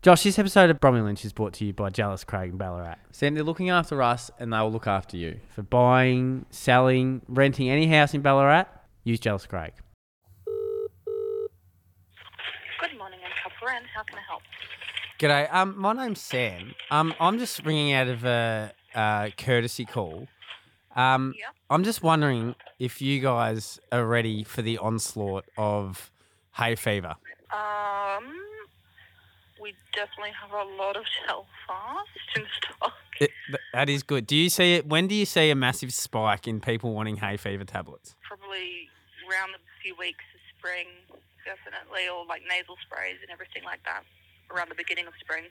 Josh, this episode of Bromley Lynch is brought to you by Jealous Craig and Ballarat. Sam, they're looking after us and they will look after you. For buying, selling, renting any house in Ballarat, use Jealous Craig. Good morning, and Copperan. How can I help? G'day. Um, my name's Sam. Um, I'm just ringing out of a, uh courtesy call. Um, Yeah. I'm just wondering if you guys are ready for the onslaught of hay fever. Um, we definitely have a lot of Telfast in stock. It, th- that is good. Do you see it? When do you see a massive spike in people wanting hay fever tablets? Probably around the few weeks of spring, definitely, or like nasal sprays and everything like that. Around the beginning of spring.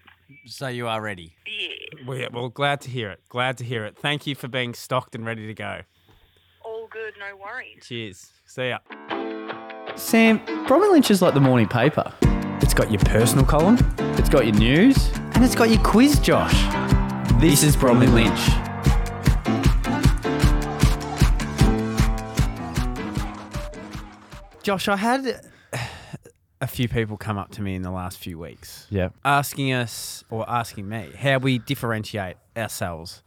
So you are ready. Yeah, Well, well, glad to hear it. Glad to hear it. Thank you for being stocked and ready to go. all good, no worries. Cheers. See ya. Sam, Bromley Lynch is like the morning paper. It's got your personal column. It's got your news and it's got your quiz, Josh. This, is Bromley Lynch. Josh, I had a few people come up to me in the last few weeks Yeah. asking us or asking me how we differentiate ourselves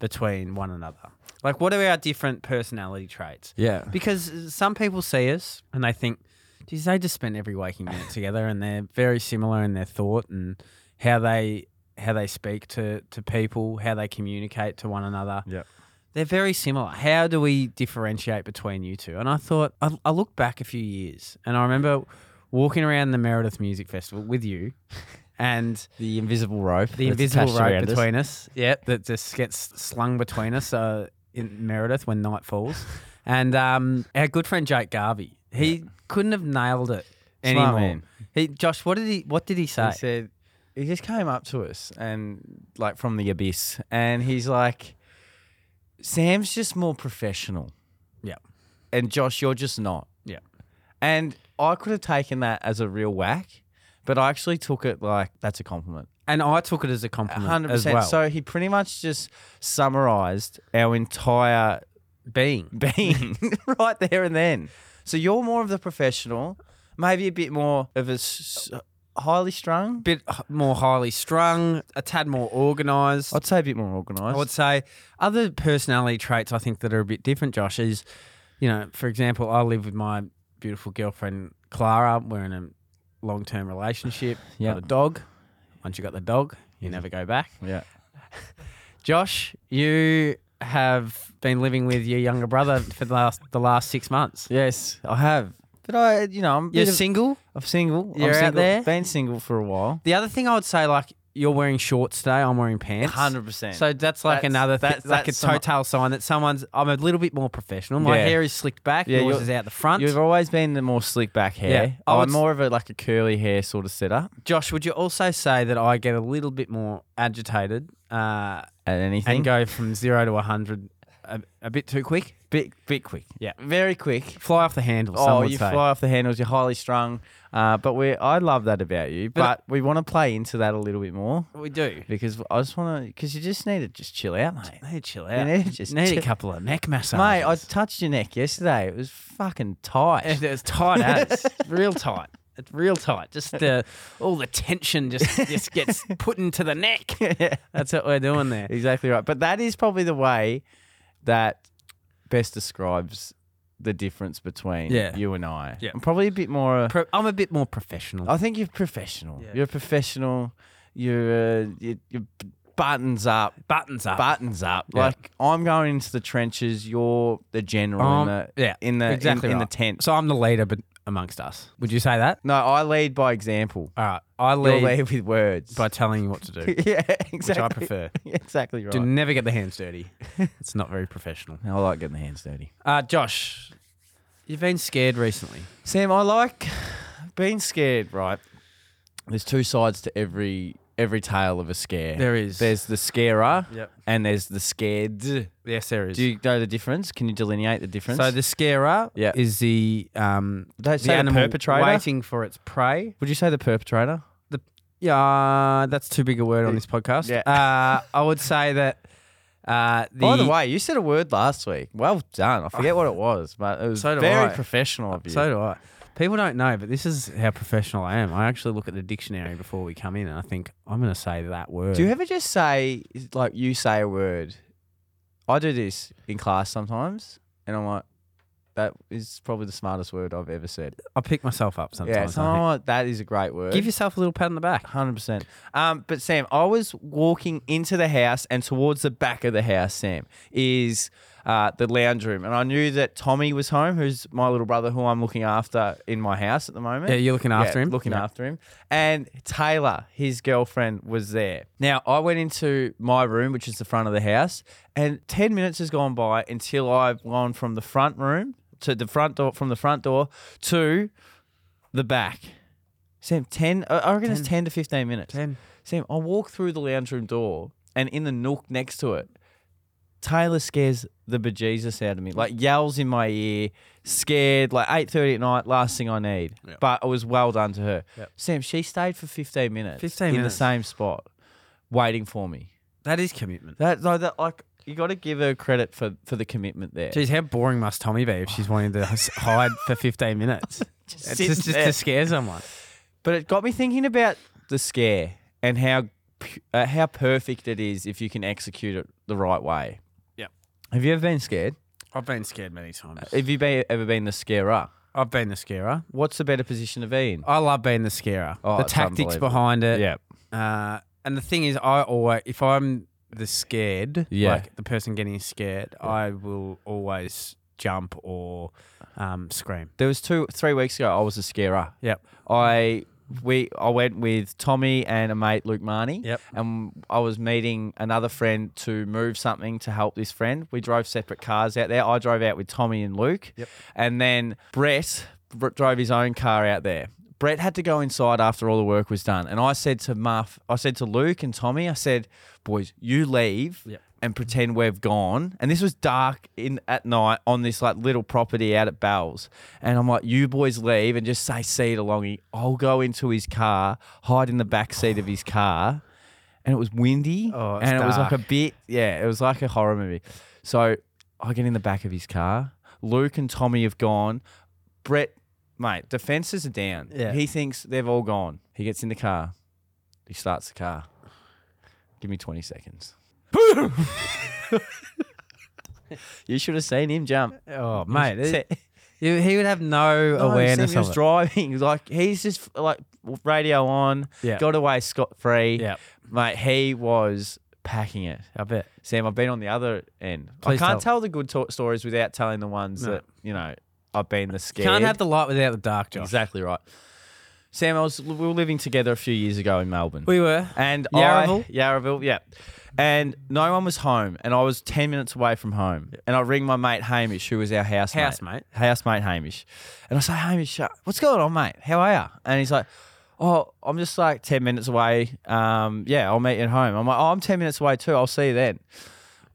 between one another. Like, what are our different personality traits? Yeah. Because some people see us and they think, geez, they just spend every waking minute together and they're very similar in their thought and how they how they speak to, to people, how they communicate to one another. Yeah. They're very similar. How do we differentiate between you two? And I thought, I, I looked back a few years and I remember walking around the Meredith Music Festival with you and The invisible rope. the that's invisible attached rope around us. between us. Yeah, that just gets slung between us uh, in Meredith when night falls. And um, our good friend Jake Garvey, he couldn't have nailed it Smart anymore. man. He, Josh, what did he? What did he say? He said he just came up to us and like from the abyss, and he's like, "Sam's just more professional." Yeah. And Josh, you're just not. Yeah. And I could have taken that as a real whack, but I actually took it like that's a compliment. and I took it as a A compliment Hundred Mm, as percent. well. So he pretty much just summarized our entire being being right there and then. So you're more of the professional, maybe a bit more of a s- highly strung. bit h- more highly strung, a tad more organised. I'd say a bit more I organised. would say other personality traits I think that are a bit different, Josh, is, you know, for example, I live with my beautiful girlfriend Clara. We're in a long term relationship. Yeah. Got a dog. Once you got the dog, you never go back. Yeah. Josh, you have been living with your younger brother for the last the last six months. Yes, I have. But I, you know, I'm a You're bit of- single. I'm single. You're I'm out single. there? Been single for a while. The other thing I would say, like, you're wearing shorts today, I'm wearing pants. percent. So that's like That's- another thi- that's- like that's a some- telltale sign that someone's. I'm a little bit more professional. My Yeah. hair is slicked back. Yeah, yours you're- is out the front. you've always been the more slick back hair. Yeah. I I'm would s- more of a like a curly hair sort of setup Josh, would you also say that I get a little bit more agitated uh, at anything. and go from zero to a hundred a, a bit too quick? bit bit quick. Yeah. Very quick. Fly off the handle. some Oh, would you say. fly off the handles. You're highly strung. Uh, but we, I love that about you. But- But, we want to play into that a little bit more We do. because I just want to. Because you just need to just chill out, mate. Need to chill You out. need to just Need a chill- couple of neck massages. Mate, I touched your neck yesterday. It was fucking tight. It- it's tight as real tight. It's real tight. Just the all the tension just just gets put into the neck. That's what we're doing there. Exactly right. But that is probably the way that best describes the difference between Yeah. you and I. Yeah. I'm probably a bit more. Pro- I'm a bit more professional. I think you're professional. Yeah. You're a professional. You're, uh, you you're buttons up. Buttons up. Buttons up. Yeah. Like I'm going into the trenches. You're the general Um, in the yeah, in the in- exactly in, right. the tent. so I'm the leader, but amongst us, would you say that? no, I lead by example. All right, I You're lead, lead with words. by telling you what to do, which yeah, exactly. I prefer. exactly right. Do never get the hands dirty. It's not very professional. I like getting the hands dirty. Uh, Josh, you've been scared recently. Sam, I like being scared, right? There's two sides to every every tale of a scare. There is. There's the scarer Yep. and there's the scared. Do Yes, there is. you know the difference? Can you delineate the difference? so the scarer Yeah. is the um Don't say the the animal perpetrator. waiting for its prey. would you say the perpetrator? Yeah, uh, that's too big a word on this podcast. Yeah. Uh, I would say that. Uh, the, By the way, you said a word last week. Well done. I forget what it was, but it was So do very I. professional of you. so do I. People don't know, but this is how professional I am. I actually look at the dictionary before we come in, and I think I'm going to say that word. Do you ever just say like you say a word? I do this in class sometimes, and I'm like, that is probably the smartest word I've ever said. I pick myself up sometimes. yeah, I so I'm like, that is a great word. think. Give yourself a little pat on the back. Hundred percent. Um, but Sam, I was walking into the house and towards the back of the house. Sam is uh, the lounge room, and I knew that Tommy was home, who's my little brother, who I'm looking after in my house at the moment. Yeah, you're looking after Yeah, him. Looking Yeah. after him. And Taylor, his girlfriend, was there. Now, I went into my room, which is the front of the house, and 10 minutes has gone by until I've gone from the front room to the front door, from the front door to the back. Sam, 10, I- I reckon it's 10 to 15 minutes. 10. Sam, I walk through the lounge room door, and in the nook next to it, Taylor scares the bejesus out of me, like yells in my ear, scared, like 8.30 at night, last thing I need. But it was well done to her. Sam, she stayed for 15 minutes 15 in minutes. the same spot, waiting for me. That is commitment. That, no, that like, you got to give her credit for, for the commitment there. Jeez, how boring must Tommy be if she's wanting to s- hide for 15 minutes? just it's sit just, just there. to scare someone. But it got me thinking about the scare and how pu- uh, how perfect it is if you can execute it the right way. Yep. Have you ever been scared? I've been scared many times. Have you been, ever been the scarer? I've been the scarer. What's the better position to be in? I love being the scarer. Oh, the it's tactics unbelievable. behind it. Yeah. Uh, and the thing is, I always, if I'm the scared, Yeah. like the person getting scared, I will always jump or um, scream. There was two, three weeks ago. I was a scarer. Yep. I we I went with Tommy and a mate Luke Marnie. Yep. And I was meeting another friend to move something to help this friend. We drove separate cars out there. I drove out with Tommy and Luke. Yep. And then Brett br- drove his own car out there. Brett had to go inside after all the work was done. And I said to Muff, I said to Luke and Tommy, I said, boys, you leave and pretend we've gone. And this was dark in at night on this like little property out at Bells. And I'm like, you boys leave and just say see it along. I'll go into his car, hide in the back seat of his car. And it was windy. Oh, it's and it was like dark. a bit yeah, it was like a horror movie. So I get in the back of his car. Luke and Tommy have gone. Brett, mate, defenses are down. Yeah. He thinks they've all gone. He gets in the car. He starts the car. Give me 20 seconds. you should have seen him jump. Oh, mate. Sam- it- he he would have no, No, awareness Sam of was it. driving. Like he's just like radio on. Yeah. Got away scot free. Yeah. Mate, he was packing it. I bet. Sam, I've been on the other end. Please I can't tell. tell the good to- stories without telling the ones that you know I've been the scared. Can't have the light without the dark, Josh. exactly right. Sam, I was we were living together a few years ago in Melbourne. We were. And Yarraville? I, Yarraville, yeah. And no one was home, and I was ten minutes away from home. And I ring my mate Hamish, who was our housemate, Housemate. housemate Hamish, and I say, Hamish, uh, what's going on, mate? How are you? And he's like, Oh, I'm just like ten minutes away. Um, yeah, I'll meet you at home. I'm like, Oh, I'm ten minutes away too. I'll see you then.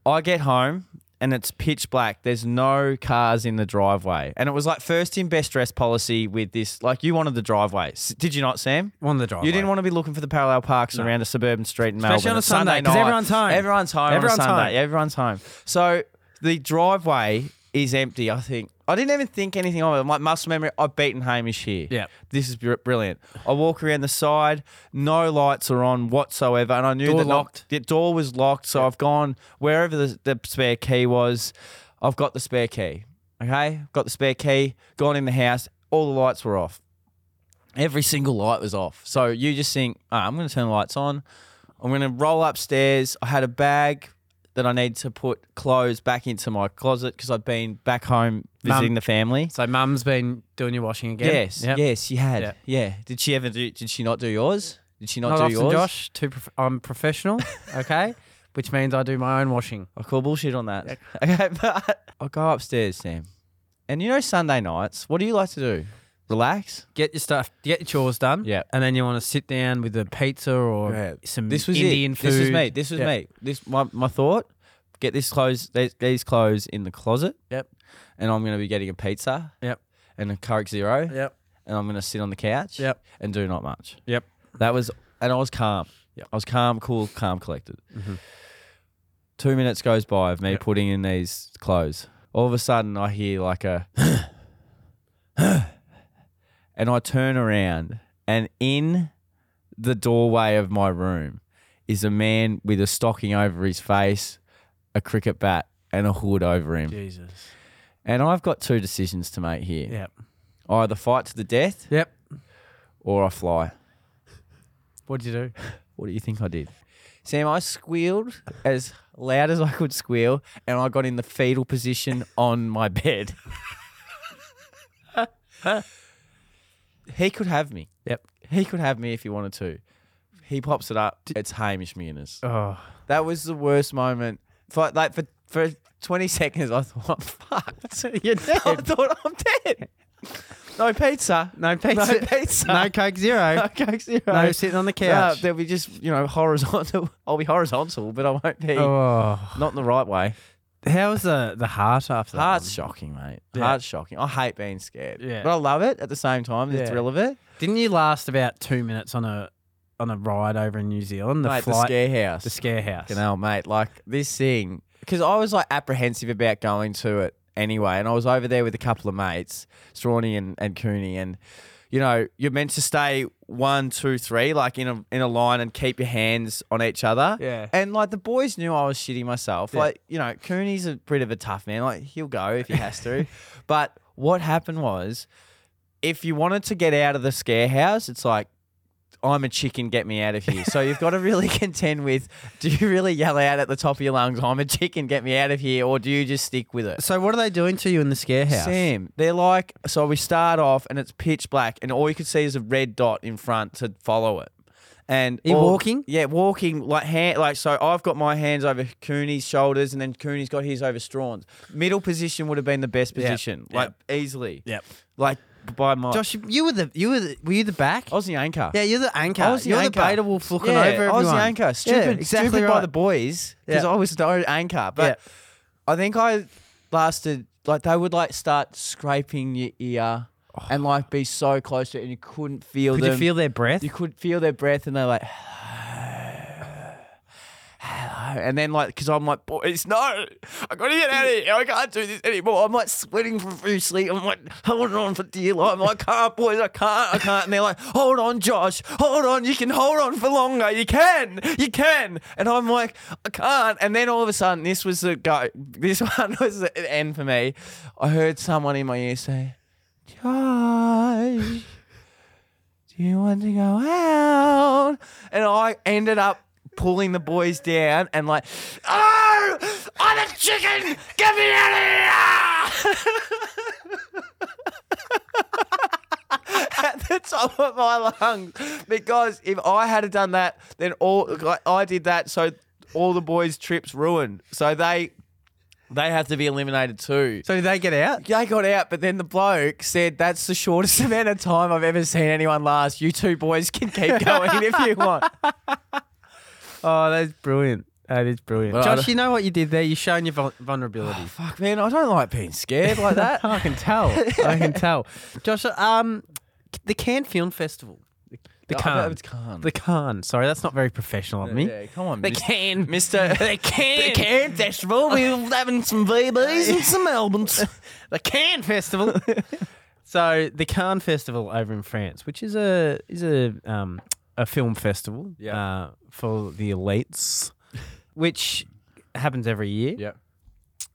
I get home and it's pitch black. There's no cars in the driveway, and it was like first in best dress policy with this. Like you wanted the driveway, S- did you not, Sam? One of the driveway. You didn't want to be looking for the parallel parks around a suburban street in Melbourne on a It's Sunday, 'cause night. everyone's home. Everyone's home. Everyone's on a Sunday. home. Everyone's home. So the driveway is empty. I think I didn't even think anything of it. My muscle memory. I've beaten Hamish here. Yeah. this is br- brilliant. I walk around the side. No lights are on whatsoever, and I knew Door that not- locked. the door was locked. So I've gone wherever the, the spare key was. I've got the spare key. Okay, got the spare key. Gone in the house. All the lights were off. Every single light was off. So you just think, "Ah, I'm going to turn the lights on. I'm going to roll upstairs. I had a bag that I need to put clothes back into my closet because I'd been back home visiting Mum. the family. So mum's been doing your washing again. Yes, Yep. yes, she had. Yep. Yeah. Did she ever do? Did she not do yours? Did she not, Not often, do yours? Josh. Too prof- I'm professional, okay? Which means I do my own washing. I call bullshit on that. Okay, but I'll go upstairs, Sam. And you know Sunday nights, what do you like to do? Relax. Get your stuff, get your chores done. Yeah. And then you want to sit down with a pizza or Yeah. some This was Indian it. food. This was me. This was Yeah. me. This my my thought. Get this clothes these, these clothes in the closet. Yep. And I'm gonna be getting a pizza. Yep. And a Coke Zero. Yep. And I'm gonna sit on the couch. Yep. And do not much. Yep. That was, and I was calm. I was calm, cool, calm, collected. Mm-hmm. Two minutes goes by of me putting in these clothes. All of a sudden, I hear like a, and I turn around, and in the doorway of my room is a man with a stocking over his face, a cricket bat, and a hood over him. Jesus. And I've got two decisions to make here. Yep. I either fight to the death Yep. or I fly. What'd you do? What do you think I did? Sam, I squealed as loud as I could squeal, and I got in the fetal position on my bed. he could have me. Yep. He could have me if he wanted to. He pops it up. It's Hamish Munis. Oh, That was the worst moment. For like for for twenty seconds, I thought, I'm fucked. you're I thought I'm dead. No pizza. No No pizza. pizza. No Coke Zero. No Coke Zero. No sitting on the couch. No, there'll be just you know horizontal. I'll be horizontal, but I won't be oh, not in the right way. how was the the heart after that? Heart's one? shocking, mate. Yeah. Heart's shocking. I hate being scared, Yeah. but I love it at the same time. The Yeah. thrill of it. Didn't you last about two minutes on a on a ride over in New Zealand? The mate, the flight, scare house. the scare house. You know, mate, like this thing, because I was like apprehensive about going to it anyway, and I was over there with a couple of mates, Strawny and, and Cooney, and you know, you're meant to stay one, two, three, like in a in a line, and keep your hands on each other. Yeah. And like the boys knew I was shitting myself. Like you know, Cooney's a bit of a tough man. Like he'll go if he has to, but what happened was, if you wanted to get out of the scare house, it's like I'm a chicken, get me out of here. So you've got to really contend with do you really yell out at the top of your lungs, I'm a chicken, get me out of here, or do you just stick with it? So what are they doing to you in the scare house? Sam, they're like, so we start off and it's pitch black, and all you could see is a red dot in front to follow it. And In all- walking? yeah, walking like hand, like so. I've got my hands over Cooney's shoulders, and then Cooney's got his over Strawn's. Middle position would have been the best position, like easily, Yep. like by my. Josh, you were the you were the, were you the back? I was the anchor. yeah, you're the anchor. I was the you're anchor. the beta wolf looking Yeah, over everyone. I was the anchor. Stupid, yeah, exactly stupid right. by the boys because Yeah. I was no anchor. But I think I lasted like they would like start scraping your ear and like be so close to it, and you couldn't feel Oh. Could them. you feel their breath? You could feel their breath, and they're like. Hello. And then, like, because I'm like, boys, no, I gotta get out of here. I can't do this anymore. I'm like sweating profusely. I'm like holding on for dear life. I'm like, I can't, boys, I can't, I can't. And they're like, hold on, Josh, hold on. You can hold on for longer. You can, you can. And I'm like, I can't. And then all of a sudden, this was the go. This one was the end for me. I heard someone in my ear say, Josh. Do you want to go out? And I ended up pulling the boys down and like, oh, I'm a chicken! Get me out of here! At the top of my lungs, because if I had done that, then all like, I did that, so all the boys' trips ruined. So they they have to be eliminated too. so did they get out? They got out, but then the bloke said, "That's the shortest amount of time I've ever seen anyone last. You two boys can keep going if you want." Oh, that's brilliant. That is brilliant. Well, I Josh, don't- you know what you did there? You're showing your vul- vulnerability. Fuck, man, I don't like being scared like that. I can tell. I can tell. Josh, um, the Cannes Film Festival. The Oh, Cannes. it's Cannes. The Cannes. Sorry, that's not very professional of me. Yeah, come on, The Mr. Cannes. Mr. The Cannes. The Cannes Festival. We're having some VBs and some albums. the Cannes Festival. so the Cannes Festival over in France, which is a is a um, a film festival Yeah. uh, for the elites, which happens every year. Yeah.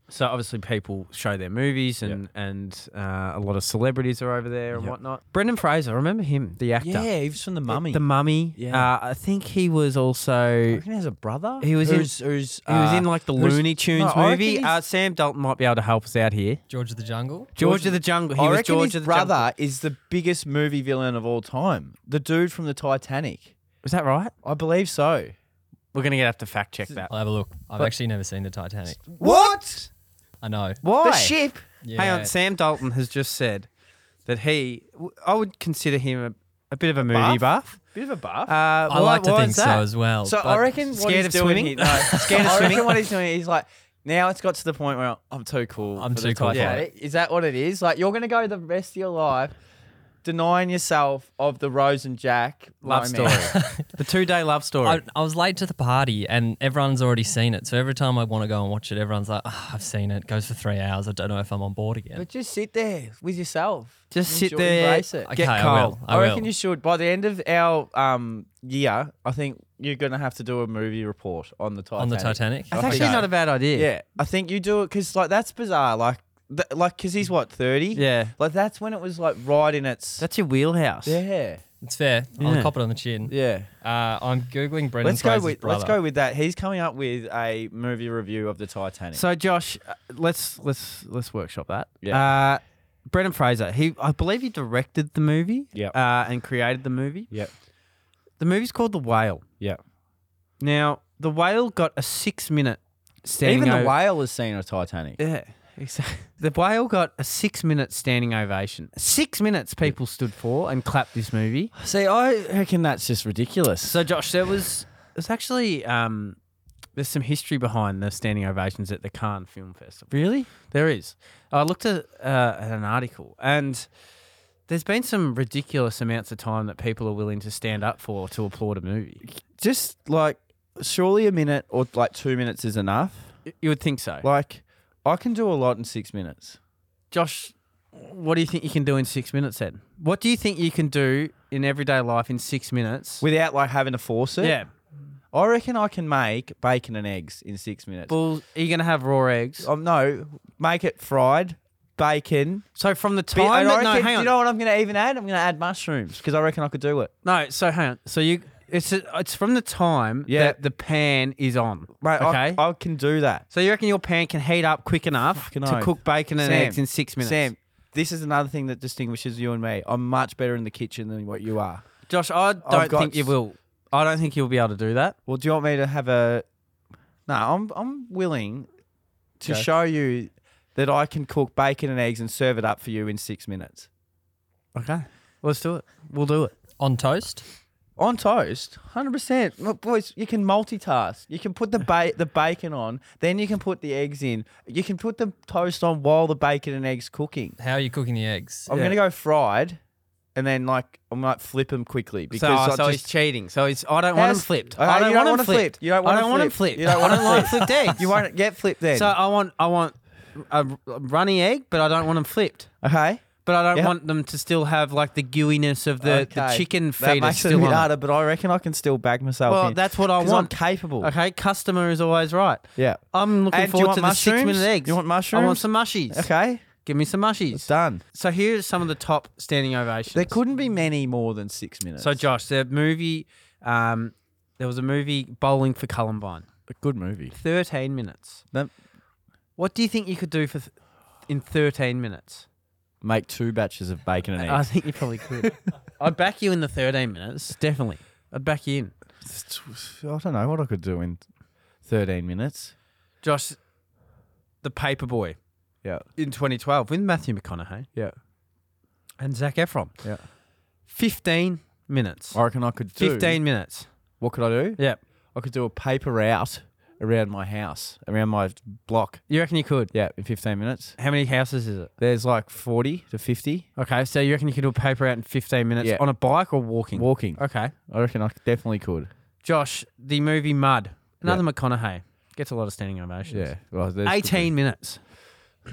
So obviously people show their movies and and uh, a lot of celebrities are over there and whatnot. Brendan Fraser, remember him, the actor. Yeah, he was from the Mummy. The Mummy. Yeah. Uh, I think he was I also reckon he has a brother. He was in- who's, who's, he was uh, in like the who's- Looney Tunes No, I reckon movie. he's- Uh, Sam Dalton might be able to help us out here. George of the Jungle. George, of the Jungle. He I was reckon George his of the brother Jungle. is the biggest movie villain of all time. The dude from the Titanic. Was that right? I believe so. We're gonna have to fact check that. I'll have a look. I've actually never seen the Titanic. What? I know. Why? The ship. Yeah. Hang on, Sam Dalton has just said that he. w- I would consider him a, a bit of a movie buff. Bit of a buff. Uh, I like to think Oh, so as well. so I but- reckon what Scared he's of doing swimming? here- no, Scared of I swimming? reckon what he's doing. He's like, now it's got to the point where I'm too cool. I'm for too the cool for Titanic. Is that what it is? Like you're gonna go the rest of your life denying yourself of the Rose and Jack Love romance. story. the two day love story. I, I was late to the party and everyone's already seen it. So every time I want to go and watch it, everyone's like, "Ah, I've seen it. Goes for three hours. I don't know if I'm on board again. But just sit there with yourself. Just sit Enjoy, there. Embrace it. okay, get I will. cold. I, reckon will. you should. By the end of our um, year, I think you're going to have to do a movie report on the Titanic. on the Titanic. I That's think actually so. not a bad idea. Yeah, I think you do it because like that's bizarre. Like, th- like because he's what thirty. Yeah. Like that's when it was like right in its. That's your wheelhouse. yeah. It's fair. Yeah. I'll cop it on the chin. Yeah. Uh, I'm googling Brendan Let's go Fraser's with brother. let's go with that. He's coming up with a movie review of the Titanic. So Josh, uh, let's let's let's workshop that. Yeah. Uh, Brendan Fraser. He, I believe, he directed the movie. Yep. Uh, and created the movie. Yep. The movie's called The Whale. yeah. Now, The Whale got a six-minute standing. Even the o- whale has seen a Titanic. Yeah. Exactly. The whale got a six-minute standing ovation. Six minutes people stood for and clapped this movie. See, I reckon that's just ridiculous. So, Josh, there was there's actually um, there's some history behind the standing ovations at the Cannes Film Festival. Really? There is. I looked at, uh, at an article, and there's been some ridiculous amounts of time that people are willing to stand up for to applaud a movie. just like surely a minute or like two minutes is enough. Y- You would think so. Like I can do a lot in six minutes. Josh, what do you think you can do in six minutes? Then, what do you think you can do in everyday life in six minutes? Without like having to force it. yeah, I reckon I can make bacon and eggs in six minutes. well, are you going to have raw eggs? um, no, make it fried, bacon. So from the Be- time, and I that- no, reckon- hang do on, you know what I'm going to even add? I'm going to add mushrooms because I reckon I could do it. No, so hang on. So you, it's it's from the time Yeah. that the pan is on. Mate, I- okay. I, can do that. so you reckon your pan can heat up quick enough Fucking to oath. cook bacon and Sam, eggs in six minutes? Sam, this is another thing that distinguishes you and me. I'm much better in the kitchen than what you are. Josh, I I've don't got think you s- will. I don't think you'll be able to do that. Well, do you want me to have a? No, I'm I'm willing to Okay. show you that I can cook bacon and eggs and serve it up for you in six minutes Okay. Let's do it. We'll do it. on toast. on toast. Hundred percent, look, boys. You can multitask. You can put the ba- the bacon on, then you can put the eggs in. You can put the toast on while the bacon and eggs cooking. How are you cooking the eggs? Oh. I'm gonna go fried, and then like I'm like flip them quickly because so, I so just, he's cheating. So he's. I don't want him Yes. flipped. Okay, I don't you want don't him wanna flipped. flip. You don't I wanna don't want him flip. flipped. You don't wanna I don't want flip. flipped eggs. you won't get flipped then. So I want. I want a, a runny egg, but I don't want them flipped. okay. But I don't Yeah. want them to still have like the gooiness of the, the Okay. chicken That feet makes still it a bit on it. harder, but I reckon I can still bag myself. Well, in. that's what I 'Cause want. I'm capable. Okay, customer is always right. Yeah. I'm looking And do you forward want to the six minute mushrooms? eggs. You want I want mushrooms? some mushies. Okay. Give me some It's mushies. done. So here's some of the top standing ovations. There couldn't be many more than six minutes. So Josh, the movie um, there was a movie Bowling for Columbine. a good movie. Thirteen minutes. No, What do you think you could do for th- in thirteen minutes? make two batches of bacon and I eggs. think you probably could. I'd back you in the thirteen minutes, definitely. I'd back you in. I don't know what I could do in 13 minutes. Josh, the paperboy Yeah. in twenty twelve with Matthew McConaughey Yeah. and Zach Efron. Yeah. Fifteen minutes. I reckon I could do. 15 minutes. What could I do? Yep. I could do a paper route around my house, around my block. You reckon you could? Yeah, in 15 minutes. How many houses is it? There's like 40 to 50 Okay, so you reckon you could do a paper out in 15 minutes Yeah. on a bike or walking? walking. Okay. I reckon I definitely could. Josh, the movie Mud, another McConaughey, gets a lot of standing ovations. Yeah. Well, there's- 18 minutes.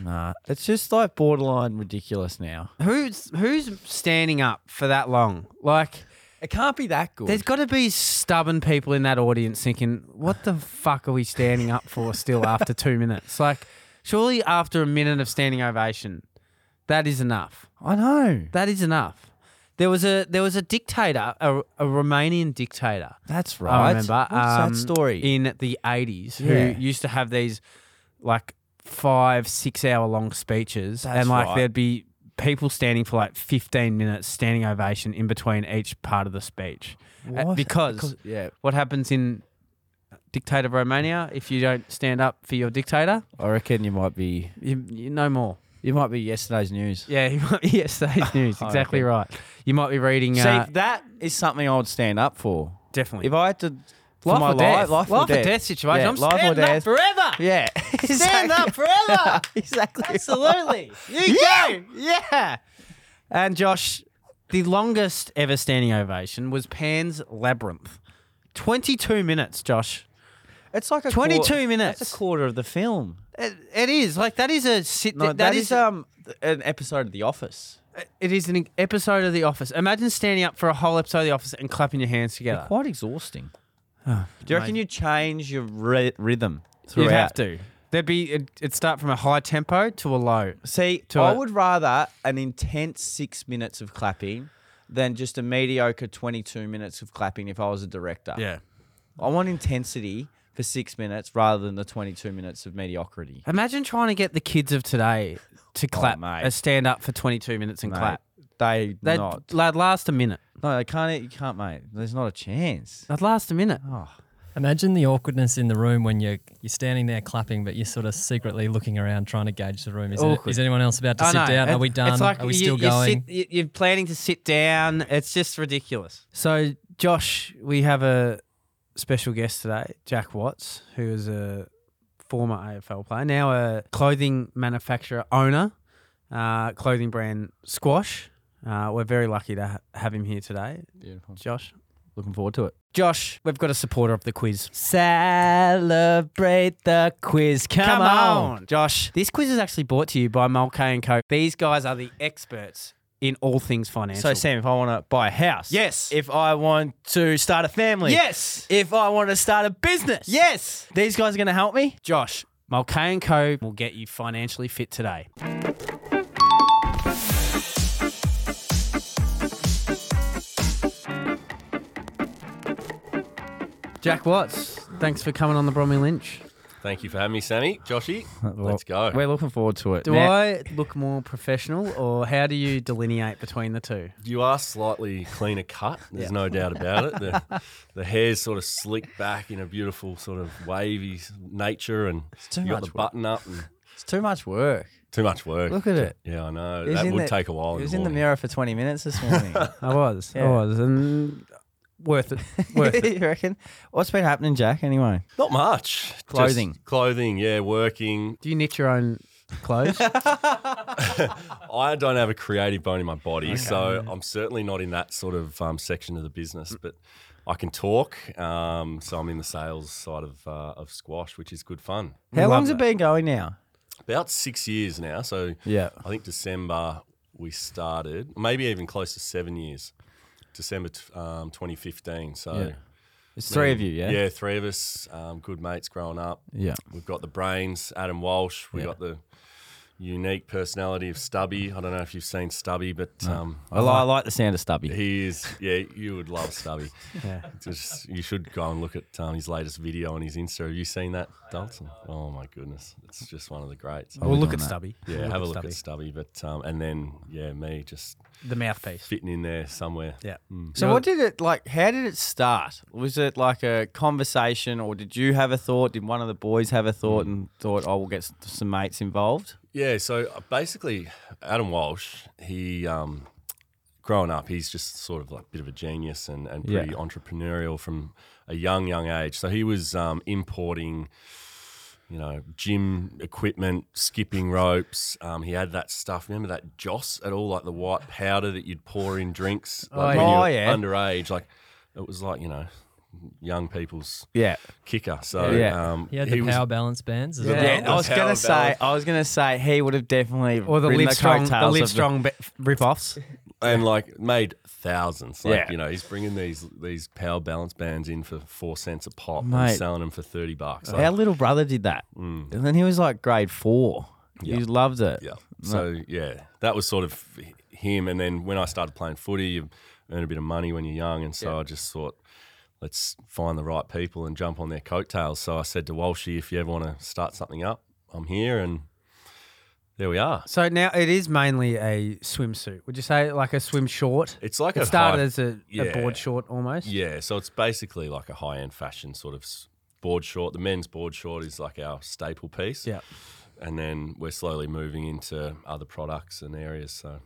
Nah. It's just like borderline ridiculous now. Who's who's standing up for that long? Like, It can't be that good. there's got to be stubborn people in that audience thinking, "What the fuck are we standing up for still after two minutes?" Like, surely after a minute of standing ovation, that is enough. I know. That is enough. There was a there was a dictator, a, a Romanian dictator. That's I right. remember What's um, that story? in the eighties Yeah. who used to have these like five six hour long speeches, That's and like right. there'd be people standing for like fifteen minutes, standing ovation in between each part of the speech, Uh, What? because, yeah, what happens in dictator Romania if you don't stand up for your dictator, I reckon you might be you, you no more. you might be yesterday's news. Yeah, you might, yes, that is news. I Exactly reckon. right. You might be reading. uh, See, that is something I would stand up for. Definitely. If I had to, for life my or death. life, life, or death, situation. Yeah, I'm life or standing up death. forever. Yeah, Stand up forever. exactly. Absolutely. You go. Yeah. And Josh, the longest ever standing ovation was Pan's Labyrinth. 22 minutes, Josh. It's like a 22 quar- That's minutes. a quarter of the film. It, it is. Like, that is a sit. No, that, that is, is a, um an episode of The Office. it is an episode of The Office. Imagine standing up for a whole episode of The Office and clapping your hands together. Quite exhausting. Do you reckon you change your ry- rhythm throughout? You'd have to. There'd be, it'd, it'd start from a high tempo to a low. See, to I it. would rather an intense six minutes of clapping than just a mediocre 22 minutes of clapping if I was a director. I want intensity for six minutes rather than the 22 minutes of mediocrity. Imagine trying to get the kids of today to clap, Oh, mate. uh, stand up for 22 minutes and Mate, clap. They They'd, not. they'd last a minute. No, they can't. You can't, mate. There's not a chance. They'd last a minute. Imagine the awkwardness in the room when you're you're standing there clapping, but you're sort of secretly looking around trying to gauge the room. Is, it, Awkward. is anyone else about to I sit know. down? Are It- we done? It's like Are we you- still you going? Sit, you- you're planning to sit down. It's just ridiculous. So, Josh, we have a special guest today, Jack Watts, who is a former AFL player, now a clothing manufacturer owner, uh, clothing brand Squash. Uh, we're very lucky to ha- have him here today. Beautiful. Josh. Looking forward to it. Josh, we've got a supporter of the quiz. Celebrate the quiz. Come, Come on. on, Josh. This quiz is actually brought to you by Mulcahy and Co. These guys are the experts in all things financial. So, Sam, if I want to buy a house, Yes. If I want to start a family, yes, If I want to start a business, yes, These guys are going to help me. Josh. Mulcahy and Co. will get you financially fit today. Jack Watts, thanks for coming on the Bromley Lynch. Thank you for having me, Sammy. Joshy, let's go. We're looking forward to it. Do I look more professional, or how do you delineate between the two? You are slightly cleaner cut. There's no doubt about it. The, the hair's sort of slicked back in a beautiful sort of wavy s- nature, and too you got much work. the button up. And It's too much work. too much work. Look at it. Yeah, I know. He was that in would the- take a while. He in was the in the morning. mirror for 20 minutes this morning. I was, Yeah. I was, and worth it, worth it. you reckon? What's been happening, Jack, anyway? Not much. Just Clothing. clothing, yeah, working. Do you knit your own clothes? I don't have a creative bone in my body, so I'm certainly not in that sort of um, section of the business, but I can talk. Um, so I'm in the sales side of, uh, of squash, which is good fun. How long's it been going now? About six years now. So Yeah. I think December we started, maybe even close to seven years. December t- um, 2015. So Yeah. It's three of you, yeah? yeah, three of us, um, good mates growing up. Yeah. We've got the brains, Adam Walsh. We've got the unique personality of Stubby. I don't know if you've seen Stubby, but um, I, li- I like the sound of Stubby. he is, yeah, you would love Stubby. Just, you should go and look at um, his latest video on his Insta. Have you seen that, Dalton? Oh, my goodness. It's just one of the greats. we'll look at that. Stubby. yeah, have a look at Stubby. But, um, and then, yeah, me just The mouthpiece. fitting in there somewhere. Yeah. So, what did it like? How did it start? Was it like a conversation, or did you have a thought? Did one of the boys have a thought and thought, "I will get s- some mates involved"? Yeah, so uh, basically, Adam Walsh, he, um, growing up, he's just sort of like a bit of a genius and, and Yeah. pretty entrepreneurial from a young, young age. So he was um, importing, you know, gym equipment, skipping ropes. Um, he had that stuff. Remember that Joss at all, like the white powder that you'd pour in drinks like yeah. when you Oh, were yeah. underage? Like, it was like, you know, young people's Yeah, kicker. So Yeah. um, He had the was- power balance bands as yeah. well. Yeah. I was Power gonna say, I was gonna say, he would have definitely Or the ridden live strong, the coattails live of strong be- rip-offs. and like made thousands. Like Yeah. you know, he's bringing these these power balance bands in for four cents a pop Mate. and selling them for thirty bucks. Like, Our little brother did that, and then he was like grade four. He Yeah. loved it. yeah. So yeah, that was sort of h- him. And then when I started playing footy, you earn a bit of money when you're young, and so I just thought. Let's find the right people and jump on their coattails. So I said to Walshy, if you ever want to start something up, I'm here. And there we are. So now it is mainly a swimsuit. Would you say like a swim short? It's like it a started high- as a, a Yeah. board short almost. Yeah, so it's basically like a high end fashion sort of s- board short. The men's board short is like our staple piece. Yeah. And then we're slowly moving into other products and areas. So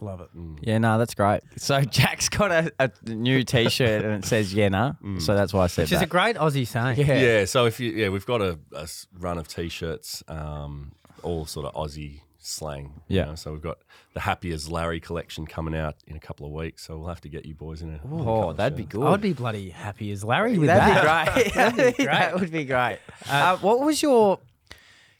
Love it. Yeah, no, that's great. So Jack's got a, a new T-shirt and it says "Yeah, nah," so that's why I said Which is a that. great Aussie saying. yeah, so if you yeah, we've got a, a s- run of t shirts, um, all sort of Aussie slang. Yeah. know, So we've got the Happiest Larry collection coming out in a couple of weeks. So we'll have to get you boys in it. Oh, that'd be good. I'd be bloody happy as Larry with That'd that. be great. That'd be great. that would be great. Uh, what was your?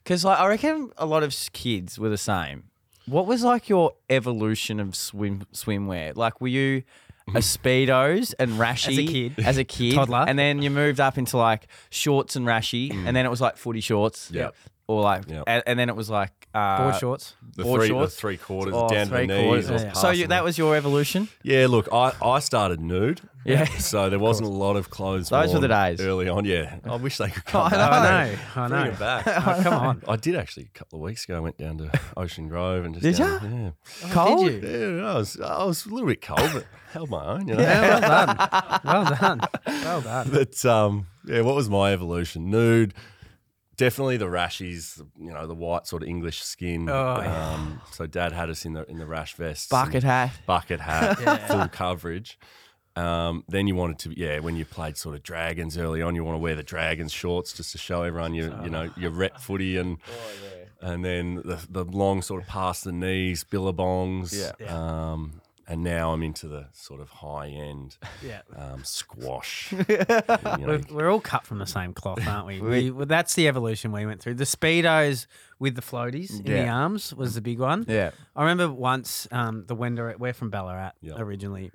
Because like I reckon a lot of s- kids were the same. What was like your evolution of swim swimwear? Like were you a speedos and rashy As a kid. as a kid, Toddler. and then you moved up into like shorts and rashy, and then it was like footy shorts, Yeah. or like, Yeah. and, and then it was like uh, Board shorts. The board three, the shorts? three quarters Oh, down three to the quarters. knees. I was Yeah. So you, passing that was your evolution. Yeah, look, I, I started nude. Yeah. So there wasn't a lot of clothes. Those were the worn days. Early on, yeah. I wish they could come I back. I know. I Bring know. it back. Oh, come on. I did actually a couple of weeks ago. I went down to Ocean Grove and just Did down- Cold. Did you? yeah. Yeah, I was I was a little bit cold, but held my own. You know? Yeah, well done. Well done. Well done. But um, yeah, what was my evolution? Nude, definitely the rashies. You know, the white sort of English skin. Oh, yeah. um, so Dad had us in the in the rash vests, and Bucket hat. bucket hat, full coverage. Um, then you wanted to, yeah. When you played sort of dragons early on, you want to wear the dragons shorts just to show everyone you, you know, your rep footy and, Oh, and then the, the long sort of past the knees billabongs. Yeah. Um, and now I'm into the sort of high end, Yeah. um, squash. you know, We're, we're all cut from the same cloth, aren't we? we well, that's the evolution we went through. The speedos with the floaties in the Yeah. arms was the big one. Yeah. I remember once um, the Wendourette. We're from Ballarat Yeah. originally,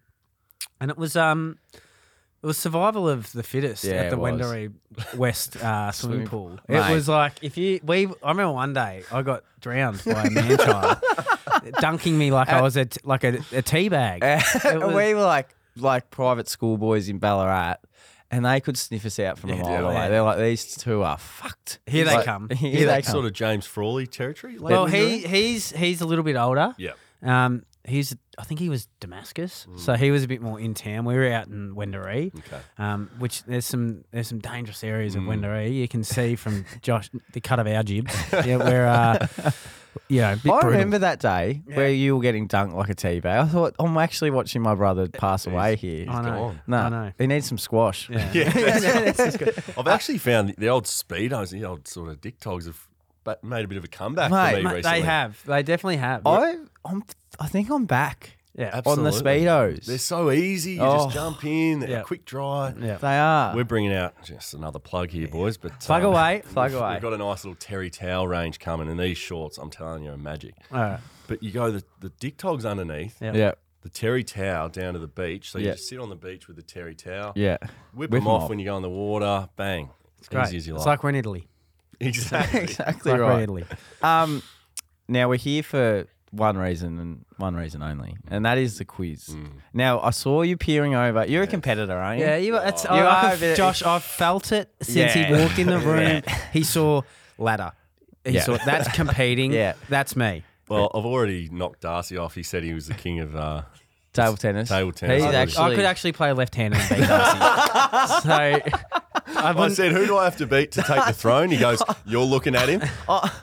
and it was um, it was survival of the fittest Yeah, at the it was. Wendourette West uh, swimming Swimming pool. pool. Mate. It was like if you we. I remember one day I got drowned by a man child dunking me like I was a t- like a, a tea bag. It And was- we were like like private schoolboys in Ballarat, and they could sniff us out from a mile away. yeah. They're like, these two are fucked. Here they Like, come. Here is they that come. sort of James Frawley territory? Like, well, he he's he's a little bit older. yeah. Um, he's I think he was Damascus, so he was a bit more in town. We were out in Wendaree, Okay. Mm. um, which there's some there's some dangerous areas of Wendaree. You can see from Josh the cut of our jib, yeah, where uh, you know, a bit I brutal. remember that day where you were getting dunked like a tea bag. I thought, I'm actually watching my brother pass away here. I know. No, I know. he needs some squash. I've actually found the old speedos, the old sort of dick togs have ba- made a bit of a comeback for me Mate, recently. they have, they definitely have. I, I'm, I think I'm back yeah, on the Absolutely. speedos. They're so easy. You Oh. just jump in. They're Yeah. quick dry. Yeah. they are. We're bringing out just another plug here, boys. But Plug away. Plug we've, away. We've got a nice little Terry towel range coming, and these shorts, I'm telling you, are magic. All right. But you go the the dick togs underneath, Yeah. yeah, the Terry towel down to the beach. So you Yeah. just sit on the beach with the Terry towel. yeah. Whip Whip, them 'em off off. when you go in the water. Bang. It's Great. easy as you it's like. like we're in Italy. exactly. It's Exactly like we're in right. Italy. Um, now we're here for one reason and one reason only, and that is the quiz. Now I saw you peering over. You're a competitor, aren't you? Yeah, you. It's, You I, are a bit- Josh, I've felt it since Yeah. he walked in the room. He saw ladder. He Yeah. saw that's competing. Yeah. that's me. Well, I've already knocked Darcy off. He said he was the king of. Uh, Table tennis. Table tennis. He's I actually. I could actually play left handed and beat Darcy. so I said, "Who do I have to beat to take the throne?" He goes, "You're looking at him."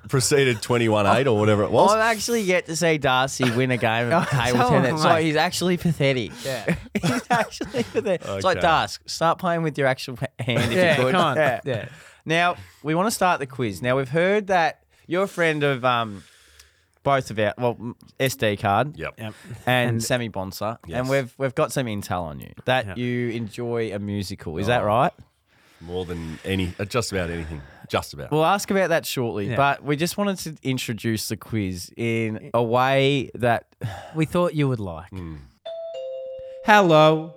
Proceeded twenty-one-eight or whatever it was. I've actually yet to see Darcy win a game of table so am tennis. I. So he's actually pathetic. Yeah. he's actually pathetic. It's like Okay. Darcy, start playing with your actual h- hand if yeah, you could. come on. Yeah. Yeah. Now we want to start the quiz. Now we've heard that you're a friend of um, both of our well m- SD card. Yep. Yep. and, Sammy Bonser, and Yes. we've we've got some intel on you that Yeah. you enjoy a musical. Is that right? More than any, uh, just about anything, just about. We'll ask about that shortly, Yeah. but we just wanted to introduce the quiz in a way that We thought you would like. Hmm. Hello,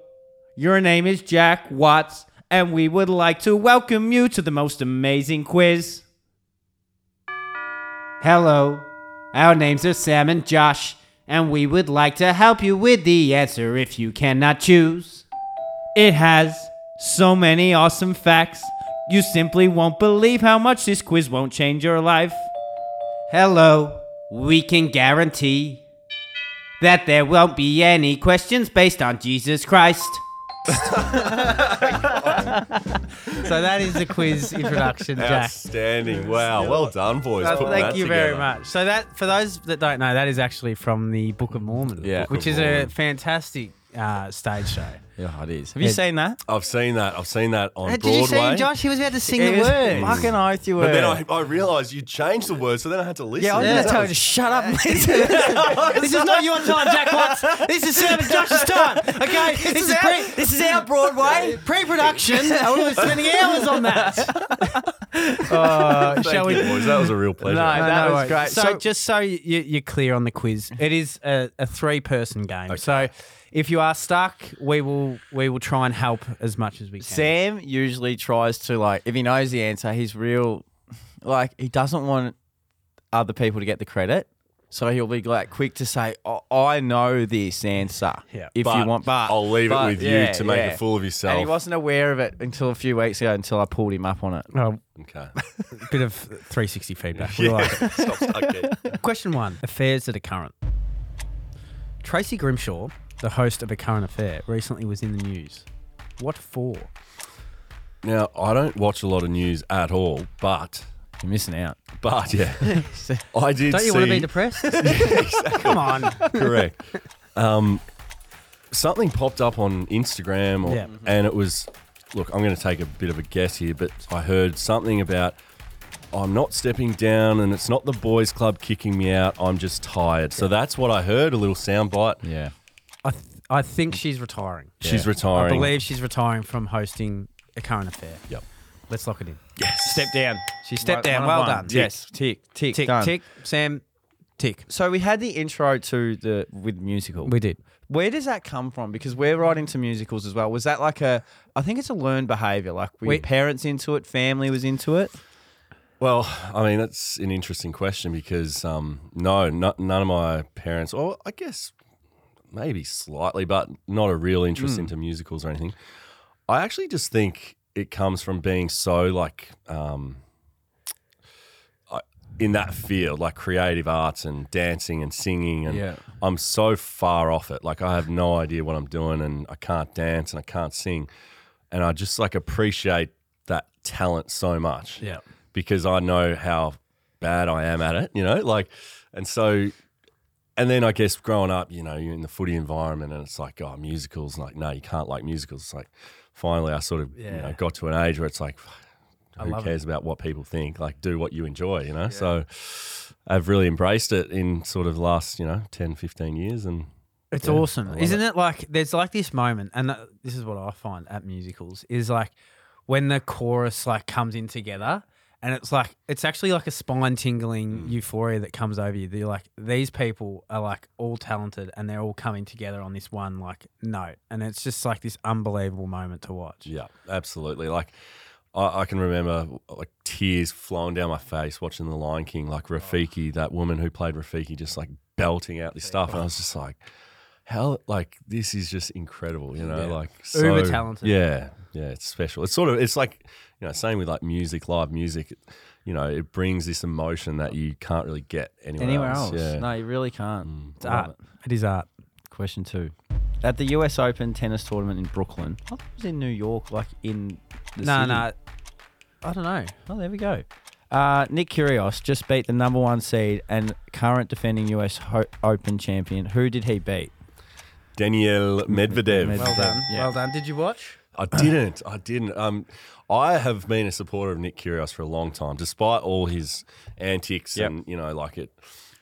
your name is Jack Watts, and we would like to welcome you to the most amazing quiz. Hello, our names are Sam and Josh, and we would like to help you with the answer if you cannot choose. It has so many awesome facts, you simply won't believe how much this quiz won't change your life. Hello, we can guarantee that there won't be any questions based on Jesus Christ. So that is the quiz introduction, Jack. Outstanding! Wow, well done, boys. Uh, putting thank that you very together. much. So that, for those that don't know, that is actually from the Book of Mormon, Yeah. which Book of is Mormon. a fantastic uh, stage show. Yeah, it is. Have you seen that? I've seen that. I've seen that on Did you see Broadway. him, Josh? He was about to sing It the was words. Fucking oath you were. But then I, I realised you changed the word, so then I had to listen. yeah, I was That going to tell you to was- shut up. and listen. This is not your time, Jack Watts. This is Sam and Josh's time. Okay, this, is, pre- this is our Broadway pre-production, and we were spending hours on that. Thank you, boys. That was a real pleasure. No, that was worries. great. So, Mm-hmm. So- just so you, you're clear on the quiz, it is a, a three-person game. So if you are stuck, we will we will try and help as much as we can. Sam usually tries to like if he knows the answer, he's real like he doesn't want other people to get the credit. So he'll be like quick to say, oh, "I know this answer." Yeah. If you But want, but I'll leave it but, with you yeah, to make yeah. a fool of And he yourself. wasn't aware of it until a few weeks ago, until I pulled him up on it. Oh, okay. bit of 360 feedback. We Yeah. like it. Stop stuck there. Question one Affairs that are current. Tracy Grimshaw, the host of A Current Affair, recently was in the news. What for? Now I don't watch a lot of news at all, but You're missing out. but yeah, I did. Don't you see, want to be depressed? Come on. correct. Um, something popped up on Instagram, or, Yeah. and it was, look, I'm going to take a bit of a guess here, but I heard something about I'm not stepping down, and it's not the boys' club kicking me out. I'm just tired. So that's what I heard. A little soundbite. Yeah. I, th- I think she's retiring. She's I retiring. believe she's retiring from hosting A Current Affair. Yep. Let's lock it in. Yes. Step down. She stepped down. Well done. Yes. Tick. Tick. Tick, done. tick. Sam, tick. So we had the intro to the with musical. We did. Where does that come from? Because we're right into musicals as well. Was that like a? I think it's a learned behavior. Like were your We- parents into it, family was into it. Well, I mean, that's an interesting question because um, no, no, none of my parents, or I guess maybe slightly, but not a real interest into musicals or anything. I actually just think it comes from being so like um, I, in that field, like creative arts and dancing and singing, and Yeah. I'm so far off it. Like I have no idea what I'm doing, and I can't dance and I can't sing, and I just like appreciate that talent so much Yeah. because I know how bad I am at it, you know, like, and so, and then I guess growing up, you know, you're in the footy environment and it's like, oh, musicals, like, no, you can't like musicals. It's like, finally, I sort of, you know, got to an age where it's like, who cares about what people think? Like, do what you enjoy, you know? So I've really embraced it in sort of last, you know, 10, 15 years. And It's Yeah, I awesome, love isn't it. Like there's like this moment, and uh, this is what I find at musicals is like when the chorus like comes in together, and it's like it's actually like a spine tingling euphoria that comes over you. They're like these people are like all talented, and they're all coming together on this one like note, and it's just like this unbelievable moment to watch. yeah, absolutely. Like, I, I can remember like tears flowing down my face watching The Lion King, like Rafiki, that woman who played Rafiki, just like belting out this stuff, and I was just like, "How? Like this is just incredible, you know? Like so, Uber talented. Yeah, yeah, it's special. It's sort of it's like you know, same with like music, live music. You know, it brings this emotion that you can't really get anywhere, Anywhere else? Yeah. No, you really can't. It's art. It is art. Question two. At the U.S. Open tennis tournament in Brooklyn, I thought it was in New York, like in the No, city. no, I don't know. Oh, there we go. Uh, Nick Kyrgios just beat the number one seed and current defending U.S. Ho- Open champion. Who did he beat? Daniel Medvedev. Medvedev. Well done. Yeah. Well done. Did you watch? I didn't. I didn't. Um, I have been a supporter of Nick Kyrgios for a long time, despite all his antics Yep. Oh, and you know, like it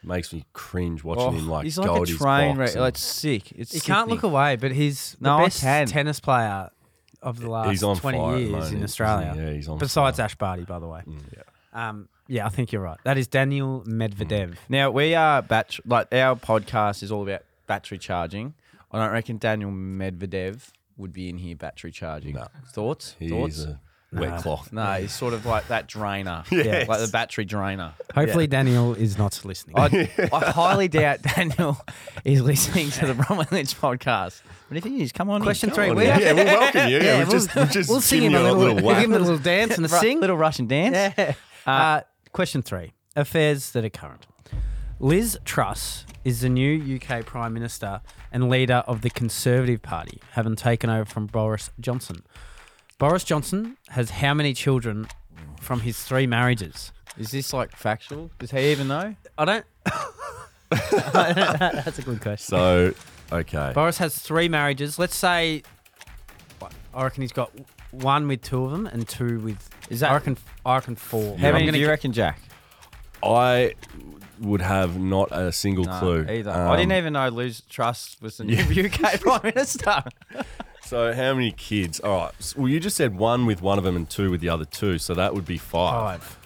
makes me cringe watching him like he's gold like a his train box wreck. and Like sick. It's He can't look away, but he's No, I the best can. tennis player of the last he's on 20 fire at the years moment, isn't in he? Australia. Yeah, he's on Mm. Besides Ash Barty, by the way. Yeah. Um, yeah, I think you're right. That is Daniel Medvedev. Now we are batch like our podcast is all about battery charging. I don't reckon Daniel Medvedev would be in here battery charging. No. Thoughts? he's Thoughts? a wet cloth. no, he's sort of like that drainer. Yes. Like the battery drainer. Hopefully, Daniel is not listening. I, I highly doubt Daniel is listening to the Roman Lynch podcast. But if he is, come on. Question in. three. Come We yeah, have- we'll welcome you. Yeah, Yeah, we'll, just, we'll just we'll give sing him you a little, we'll whack. give him a little dance and a Ru- sing. Little Russian dance. Uh, question three affairs that are current. Liz Truss is the new UK Prime Minister and leader of the Conservative Party, having taken over from Boris Johnson. Boris Johnson has how many children from his three marriages? Is this like factual? Does he even know? I don't. That's a good question. So Okay. Boris has three marriages. Let's say, I reckon he's got one with two of them and two with. Is that? I reckon. I reckon four. How I'm many gonna do you g- reckon, Jack? I would have not a single No, clue. Either. I Um, didn't even know Liz Truss was the new UK Prime Minister. So how many kids? All right. s- Well, you just said one with one of them and two with the other two. So that would be five, Five.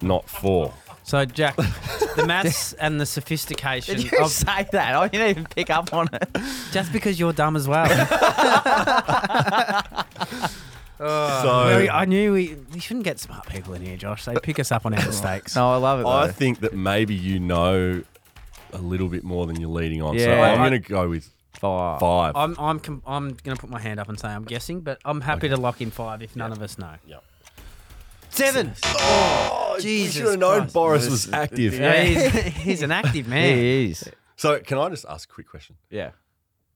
not four. So Jack, the maths and the sophistication. Did you of, say that? I didn't even pick up on it. just because you're dumb as well. Well, so I knew we, we shouldn't get smart people in here, Josh. They pick us up on our mistakes. No, I love it. Though. I think that maybe you know a little bit more than you're leading on. so Yeah. I'm I- going to go with Five. five. I'm I'm com- I'm gonna put my hand up and say I'm guessing, but I'm happy to lock in five if none of us know. Yep. Seven. oh, Jesus should have known Christ. Boris was active. Yeah, he's, he's an active man. He is. So can I just ask a quick question? Yeah.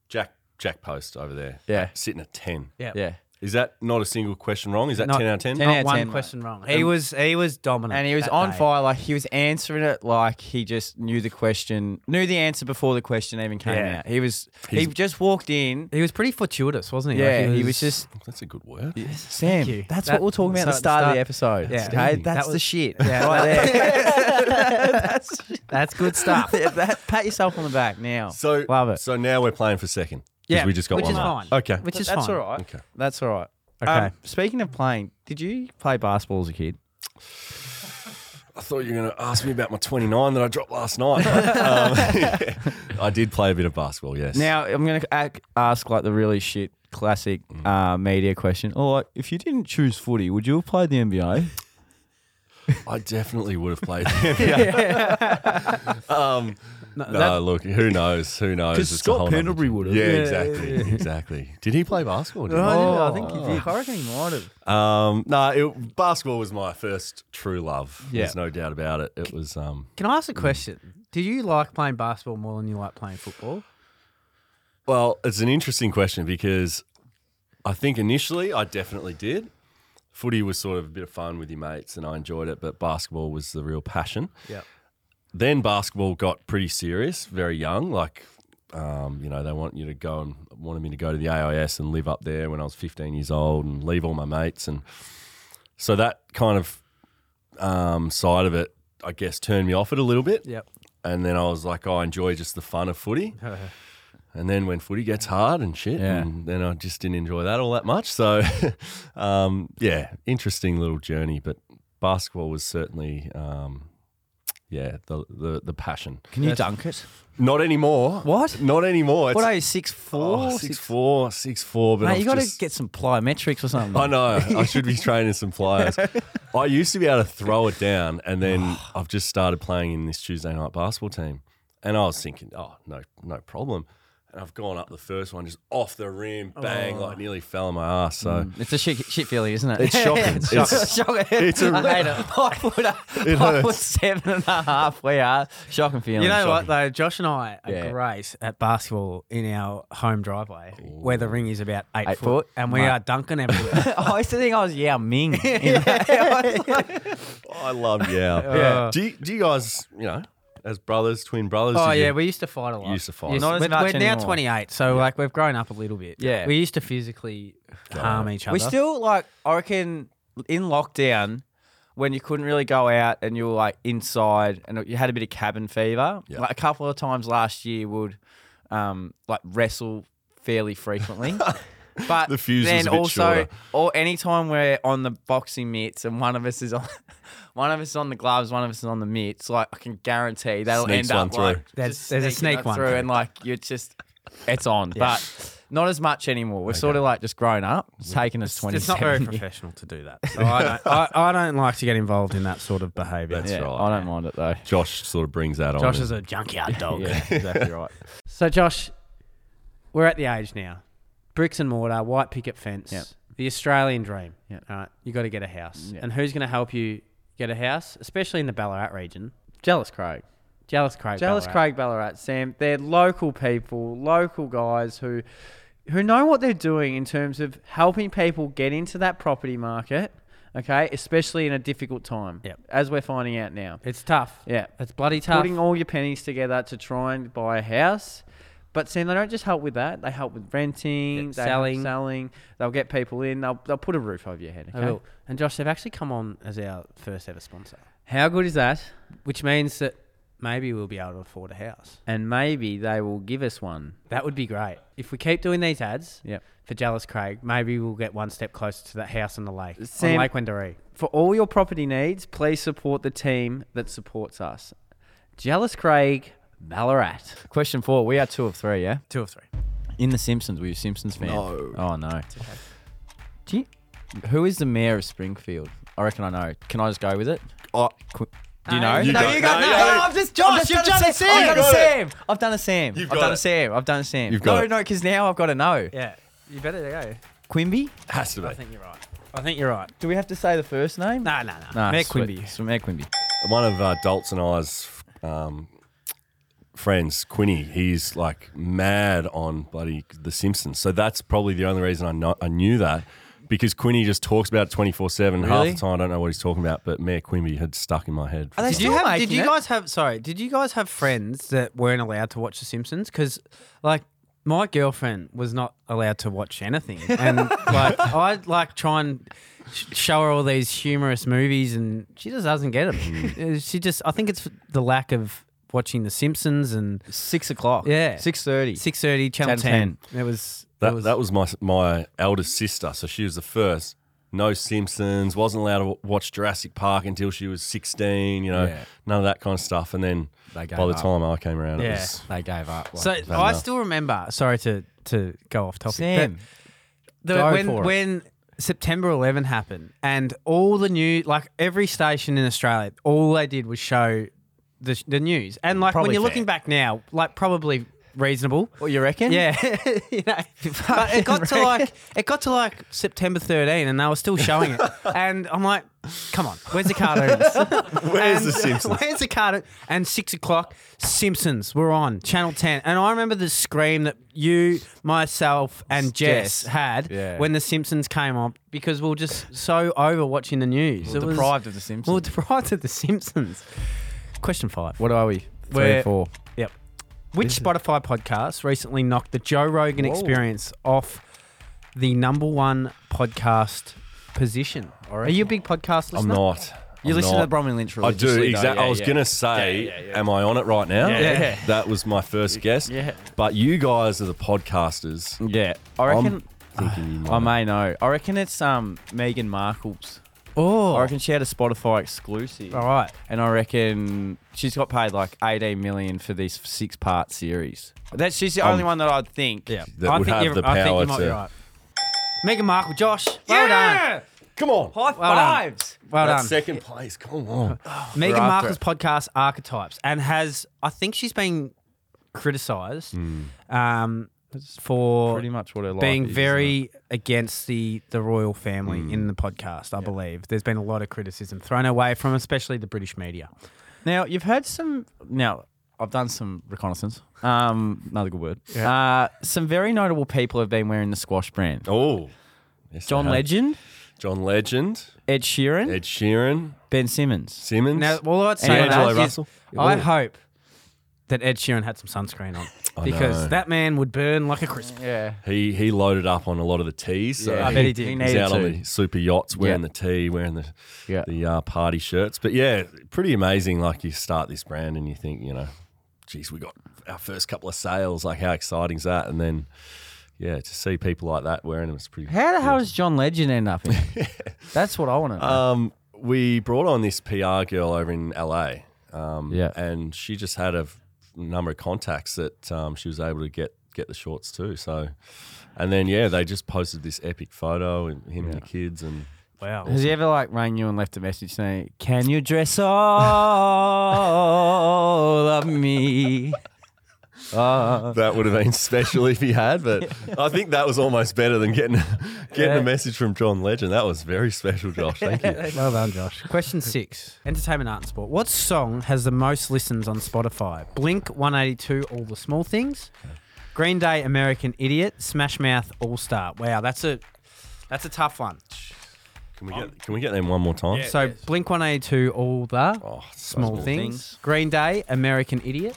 Jack Jack Post over there. Yeah. Sitting at ten. Yeah. Is that not a single question wrong? Is that Not- ten out of ten? Ten out Not of one 10, mate. question wrong. He was he was dominant, And he was that on day. fire. Like he was answering it like he just knew the question, knew the answer before the question even came Yeah. out. He was. he He's- just walked in. He was pretty fortuitous, wasn't he? Like, Yeah. he was just. Oh, That's a good word. Sam, you. that's That- what we're talking about at the so- start of the start- episode. Yeah. Okay? Outstanding. That's That the was- shit. Yeah. Right there. that's, that's good stuff. Yeah, that, pat yourself on the back now. So Love it. So now we're playing for second. 'cause Yeah, we just got which one is right. fine. Okay. Which is that's fine. all right. Okay. That's all right. Okay. Um, speaking of playing, did you play basketball as a kid? I thought you were going to ask me about my 29 that I dropped last night. um, I did play a bit of basketball, yes. Now I'm going to ask like the really shit classic Mm-hmm. uh, media question. All right, if you didn't choose footy, would you have played the NBA? I definitely would have played. um, no, look, who knows? Who knows? It's a Scott whole nother- Pendlebury would have. Yeah, Yeah, exactly. Exactly. Did he play basketball? Oh, Did I think you did. I reckon he might have. he? Um, no, it, basketball was my first true love. Yeah. There's no doubt about it. It was. Um, Can I ask a question? Do you like playing basketball more than you like playing football? Well, it's an interesting question because I think initially I definitely did. Footy was sort of a bit of fun with your mates and I enjoyed it, but basketball was the real passion. Yep. Then basketball got pretty serious very young. Like, um, you know, they want you to go and wanted me to go to the AIS and live up there when I was 15 years old and leave all my mates. And so that kind of um, side of it, I guess, turned me off it a little bit. Yep. And then I was like, oh, I enjoy just the fun of footy. and then when footy gets hard and shit, Yeah. and then I just didn't enjoy that all that much. So, um, yeah, interesting little journey. But basketball was certainly, um, yeah, the, the the passion. Can you dunk it? Not anymore. What? Not anymore. What It's- are you six four? oh, six four, six four. But Mate, I've you got to just- get some plyometrics or something. I know. I should be training some flyers. I used to be able to throw it down, and then I've just started playing in this Tuesday night basketball team, and I was thinking, oh no, no problem. And I've gone up the first one, just off the rim, bang, Oh. like nearly fell on my ass. So Mm. It's a shit, shit feeling, isn't it? It's shocking. it's It's- shocking. shocking. it's a- I hate it. I put, a, It I put hurts. seven and a half. We are uh, shocking feeling. You know what shocking. though, Josh and I are Yeah. great at basketball in our home driveway, where the ring is about eight, foot, Eight foot, and we mate. Oh, are dunking everywhere. I used to think I was Yao Ming. I was like- I love yeah. Yeah. Do you, do you guys, you know, as brothers, twin brothers? oh did you- yeah, we used to fight a lot. you used to fight. Not as we're, much we're now anymore. 28, so like we've grown up a little bit. Yeah. we used to physically harm each other. we still like I reckon in lockdown when you couldn't really go out and you were like inside and you had a bit of cabin fever. Yeah. Like a couple of times last year would um like wrestle fairly frequently. But The fuse was then a bit also, shorter. or anytime we're on the boxing mitts and one of us is on, one of us is on the gloves, one of us is on the mitts, like I can guarantee that'll Sneaks end one up through. like There's- just there's a sneaking sneak up one. through and like you're just it's on, but not as much anymore. We've sort of like just grown up. It's taken us twenty. it's not very professional to do that. So I, don't, I, I don't like to get involved in that sort of behaviour. That's Yeah, right. I don't mind it though. Josh sort of brings that on. Josh is a junkyard dog. Yeah, exactly right. So, Josh, we're at the age now. Bricks and mortar, white picket fence, Yep. the Australian dream. Yep. All right, you got to get a house. Yep. And who's going to help you get a house, especially in the Ballarat region? Jealous Craig. Jealous Craig. Jealous Ballarat. Craig Ballarat, Sam. They're local people, local guys who who know what they're doing in terms of helping people get into that property market, okay? Especially in a difficult time. Yep. As we're finding out now. It's tough. Yeah. It's bloody tough. Putting all your pennies together to try and buy a house. But Sam, they don't just help with that. They help with renting, they help selling. selling. They'll get people in. They'll, they'll put a roof over your head. I okay? will. And Josh, they've actually come on as our first ever sponsor, How good is that? which means that maybe we'll be able to afford a house. And maybe they will give us one. That would be great. If we keep doing these ads Yep. for Jealous Craig, maybe we'll get one step closer to that house on the lake, Sam- on Lake Wendouree. For all your property needs, please support the team that supports us. Jealous Craig Ballarat. Question four. We are two of three, yeah? Two of three. In The Simpsons, were you a Simpsons fan? No. Oh, no. Do you- who is the mayor of Springfield? I reckon I know. Can I just go with it? Oh, Qu- Do you know? you No, don't- you got- no, no, no. I'm just Josh. you've done a Sam. I've done a You've got Sam. I've done a Sam. You've I've got done it. a Sam. I've done a Sam. You've got No, it. no, because now I've got to know. Yeah. You better go. Quimby? has to be. you're right. I think you're right. Do we have to say the first name? No, no, no. Nah, Mayor sweet. Quimby. So Mayor Quimby. One of uh, Dalt's and I's um, friends, Quinny, he's like mad on bloody The Simpsons. So that's probably the only reason I, know, I knew that because Quinny just talks about it 24 7. Half Really? the time, I don't know what he's talking about, but Mayor Quimby had stuck in my head. Are they Did still you have? Did making you it? guys have? Sorry, did you guys have friends that weren't allowed to watch The Simpsons? Because like my girlfriend was not allowed to watch anything, and like I'd like try and sh- show her all these humorous movies, and she just doesn't get them. she just, I think it's the lack of watching The Simpsons and Six o'clock. Yeah. Six thirty. six thirty Channel 10. Ten. It was That, that was my my eldest sister, so she was the first. No Simpsons, wasn't allowed to w- watch Jurassic Park until she was sixteen. You know, Yeah. none of that kind of stuff. And then by They the gave up. time I came around, it Yeah. was They gave up. Like, So so I enough. still remember. Sorry to to go off topic. Sam. but- the, Go when for it. when September 11 happened, and all the new like every station in Australia, all they did was show the, the news. And like Probably when you're fair. looking back now, like probably reasonable. what you reckon? Yeah, you know. But it got to Fucking like it got to like September 13, and they were still showing it. and I'm like, come on, where's the cartoons? Where's And- The Simpsons? Where's the cartoon? And six o'clock, Simpsons were on Channel 10, and I remember the scream that you, myself, and Jess, Jess. had Yeah. when the Simpsons came on because we were just so over watching the news. It was- Deprived of the Simpsons. we were deprived of the Simpsons. Question five. what are we? 3 We're- four. Yep. Which Spotify podcast recently knocked the Joe Rogan Experience off the number one podcast position? Are you a big podcast listener? I'm not. You I'm listen to not. the Bromley Lynch I religiously. do though, exactly. I yeah, was yeah. gonna say, am I on it right now? Yeah. Yeah. That was my first guess. Yeah. But you guys are the podcasters. Yeah, I reckon. I'm thinking you might. I may know. I reckon it's um Megan Markle's. Oh, I reckon she had a Spotify exclusive, all right. and I reckon she's got paid like 18 million for this six-part series. That she's the only one that I'd think. Um, Yeah. that I would think have you're- the I think power you might be to- right. Megan Markle, Josh, well done. Come on. High Well done. fives. Well That done. second place. Come on. Megan after Markle's podcast Archetypes and has I think she's been criticized Hmm. um, for Pretty much what her life being is, isn't it? Mm. very against the the royal family in the podcast. I believe there's been a lot of criticism thrown away from especially the British media. Now you've had some. Now I've done some reconnaissance. Um, another good word. Uh, some very notable people have been wearing the squash brand. Oh. Yes, they John have. Legend, John Legend. Ed Sheeran, Ed Sheeran. Ben Simmons. Simmons. Now, all I'd say on Angela that is Russell? I Ooh. hope that Ed Sheeran had some sunscreen on because know. that man would burn like a crisp. Yeah. He he loaded up on a lot of the tees. So Yeah. I he, bet he did. He He's needed out on to. the super yachts wearing Yeah. the tee, wearing the Yeah. the uh, party shirts. But yeah, pretty amazing. Like you start this brand and you think, you know, geez, we got our first couple of sales. Like how exciting's that? And then yeah, to see people like that wearing them is pretty. How the hell does John Legend end up in? it? That's what I want to know. Um, we brought on this PR girl over in LA. Um, Yeah. and she just had a f- number of contacts that um, she was able to get get the shorts too. So, and then yeah, they just posted this epic photo and him and the kids and. Wow. Has he ever like rang you and left a message saying, "Can you dress all of me?" Oh. That would have been special if he had, but I think that was almost better than getting getting Yeah. a message from John Legend. That was very special, Josh. Thank you. Well done, Josh. Question six: Entertainment, art, and sport. What song has the most listens on Spotify? Blink One Eighty Two, All the Small Things. Green Day, American Idiot, Smash Mouth, All Star. Wow, that's a that's a tough one. Can we get can we get them one more time? so Blink One Eighty Two, All the Oh, so Small small. things. Things. Green Day, American Idiot,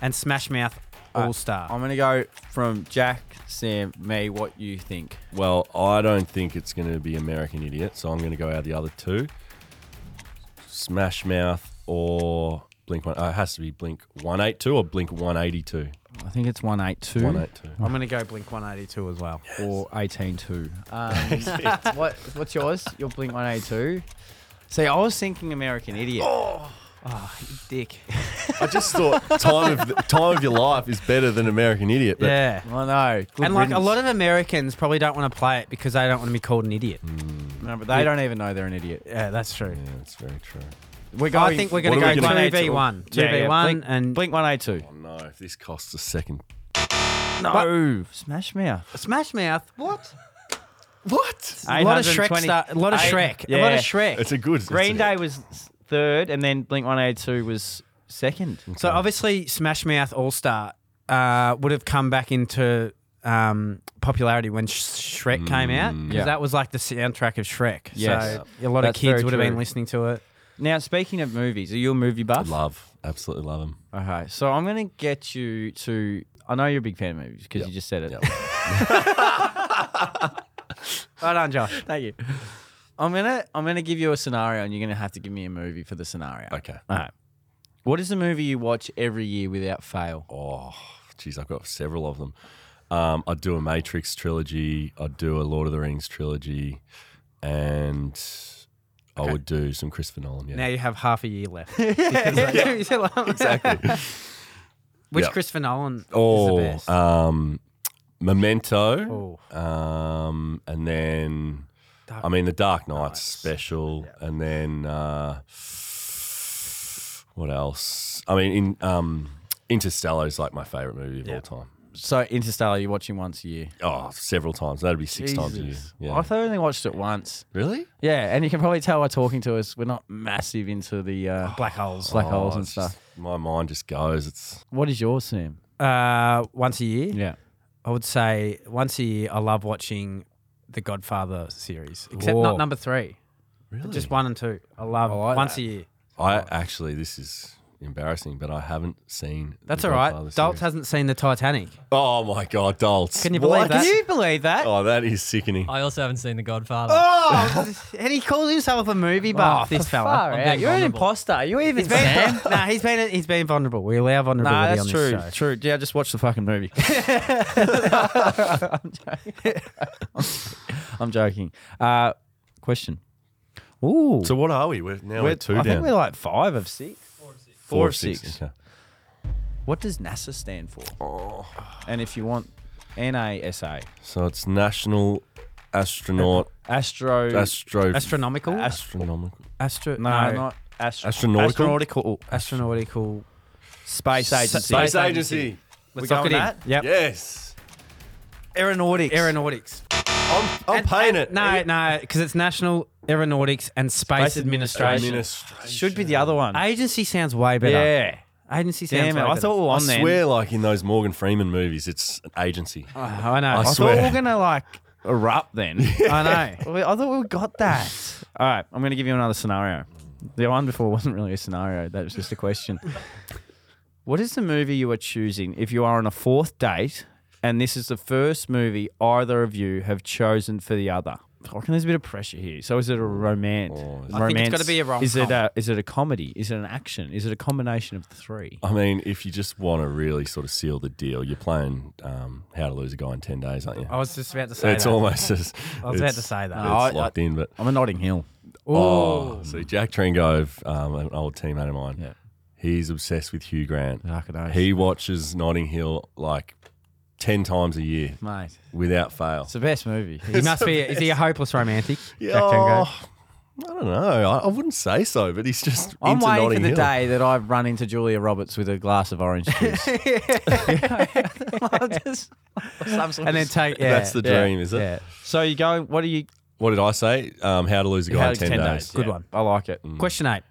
and Smash Mouth, All star. I'm gonna go from Jack, Sam, me. What you think? Well, I don't think it's going to be American Idiot, so I'm going to go out the other two Smash Mouth or Blink One. Uh, it has to be Blink 182 or Blink 182. I think it's one eight two. 182. I'm gonna go Blink 182 as well. or eighteen two. Um, what what's yours? Your Blink One Eight Two. See, I was thinking American Idiot. Oh, you dick. I just thought time of time of your life is better than American Idiot. But Yeah. I know. Good And like a riddance. lot of Americans probably don't want to play it because they don't want to be called an idiot. no, but they don't even know they're an idiot. Yeah, that's true. yeah, that's very true. We're I think we're going What are to we go gonna- two v one, two Yeah, v yeah, one, Blink- and Blink One Eight Two. Oh no, if this costs a second. Oh, No, Smash Mouth. Smash Mouth. What? What? A lot of Shrek. Star, a lot of Eight- Shrek. A lot yeah. of Shrek. It's a good Green it's a- Day was third, and then Blink One Eight Two was second. So obviously, Smash Mouth All Star uh, would have come back into um, popularity when Sh- Shrek came out because Yeah. that was like the soundtrack of Shrek. Yes. So a lot That's of kids very would have been true. listening to it. Now, speaking of movies, are you a movie buff? Love, absolutely love them. Okay, so I'm gonna get you to. I know you're a big fan of movies because you just said it. Yep. Right on, Josh. Thank you. I'm gonna I'm gonna give you a scenario, and you're gonna have to give me a movie for the scenario. Okay. All right. What is the movie you watch every year without fail? Oh, geez, I've got several of them. Um, I do a Matrix trilogy. I do a Lord of the Rings trilogy, and I would do some Christopher Nolan. Yeah. Now you have half a year left. exactly. Which Yeah. Christopher Nolan oh, is the best? um, Memento, oh, um, and then Dark I mean the Dark Knight's special, and then uh, what else? I mean, in um, Interstellar is like my favorite movie of all time. So Interstellar, you're watching once a year. Oh, several times. That'd be six times a year. Jesus. Yeah. I've only watched it once. really? Yeah, and you can probably tell by talking to us, we're not massive into the uh, black black, holes. Oh, holes and it's just- stuff. my mind just goes. It's What is yours, Sam? Uh, once a year. Yeah. I would say once a year. I love watching the Godfather series, except Whoa. not number three. really. Just one and two. I love once a year. I actually, this is embarrassing, but I haven't seen. That's The all right. Godfather Dalt series. hasn't seen the Titanic. Oh my god, Daltz. Can you believe that? believe that? Oh, that is sickening. I also haven't seen The Godfather. Oh, and he calls himself a movie Oh, buff. this fella. being You're an vulnerable. imposter. You even Oh, He's been, nah, he's been he's been vulnerable. We allow vulnerability Nah, on that's this true. show. True. Yeah, just watch the fucking movie. I'm joking. Uh, question. Ooh. So what are we? We're now We're- we're, two I down. think we're like five of six. Four of six. Okay. What does NASA stand for? And if you want NASA, So it's National Astronaut Astro. Astro Astronomical, Astronomical astro, no, no, not astro- Astronautical? astronautical. astronautical. Space agency. Space Agency. Let's go lock with it in. that? Yep. Yes, Aeronautics. Aeronautics. I'm, I'm paying it. No, no, because it's National Aeronautics and Space, Space Administration. Administration. Should be the other one. Agency sounds way better. yeah. Agency sounds Damn it. way I better. thought we were I on there. swear, like in those Morgan Freeman movies, it's an agency. Oh, I know. I I swear. thought we were gonna like erupt then. I know. I thought we got that. All right, I'm gonna give you another scenario. The one before wasn't really a scenario; that was just a question. what is the movie you are choosing if you are on a fourth date, and this is the first movie either of you have chosen for the other? I reckon there's a bit of pressure here. So is it a romance? Oh, is romance? it- I think it's gotta be a rom-com. Is it a is it a comedy? Is it an action? Is it a combination of the three? I mean, if you just want to really sort of seal the deal, you're playing um, How to Lose a Guy in 10 Days, aren't you? I was just about to say it's that. almost as. I was about to say that. It's No, I- locked in, but. I'm a Notting Hill. Oh, so Jack Tringove, um, an old teammate of mine, Yeah. he's obsessed with Hugh Grant. Fucking oath. He watches Notting Hill like 10 times a year mate. without fail. It's the best movie. He must be. Is he a hopeless romantic? Yeah, Jack Django? oh, I don't know. I, I wouldn't say so, but he's just I'm into waiting Notting for the Hill. day that I run into Julia Roberts with a glass of orange juice. And then take. Yeah, That's the dream, is it? Yeah. so you go. What are you? What did I say? Um, how to Lose a Guy in 10, days. Good one. I like it. Question eight.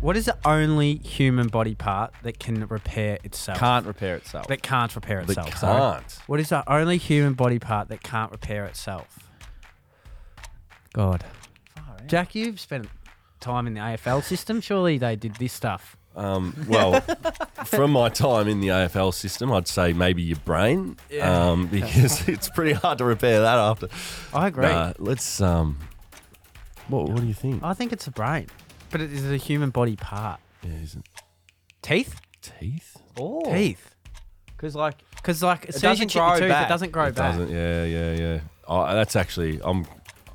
What is the only human body part that can repair itself? Can't repair itself. That can't repair That itself. can't. sorry. What is the only human body part that can't repair itself? God. Jack, you've spent time in the AFL system. Surely they did this stuff. Um, well, from my time in the AFL system, I'd say maybe your brain, um, because it's pretty hard to repair that after. I agree. Nah, let's. Um, what, what do you think? Uh, I think it's a brain, but it is a human body part. Yeah, is it Teeth? teeth? Oh, Teeth. because like Because like, as soon as you doesn't chip your grow tooth, back. it doesn't grow It back. doesn't. Yeah, yeah, yeah. I, that's actually. I'm.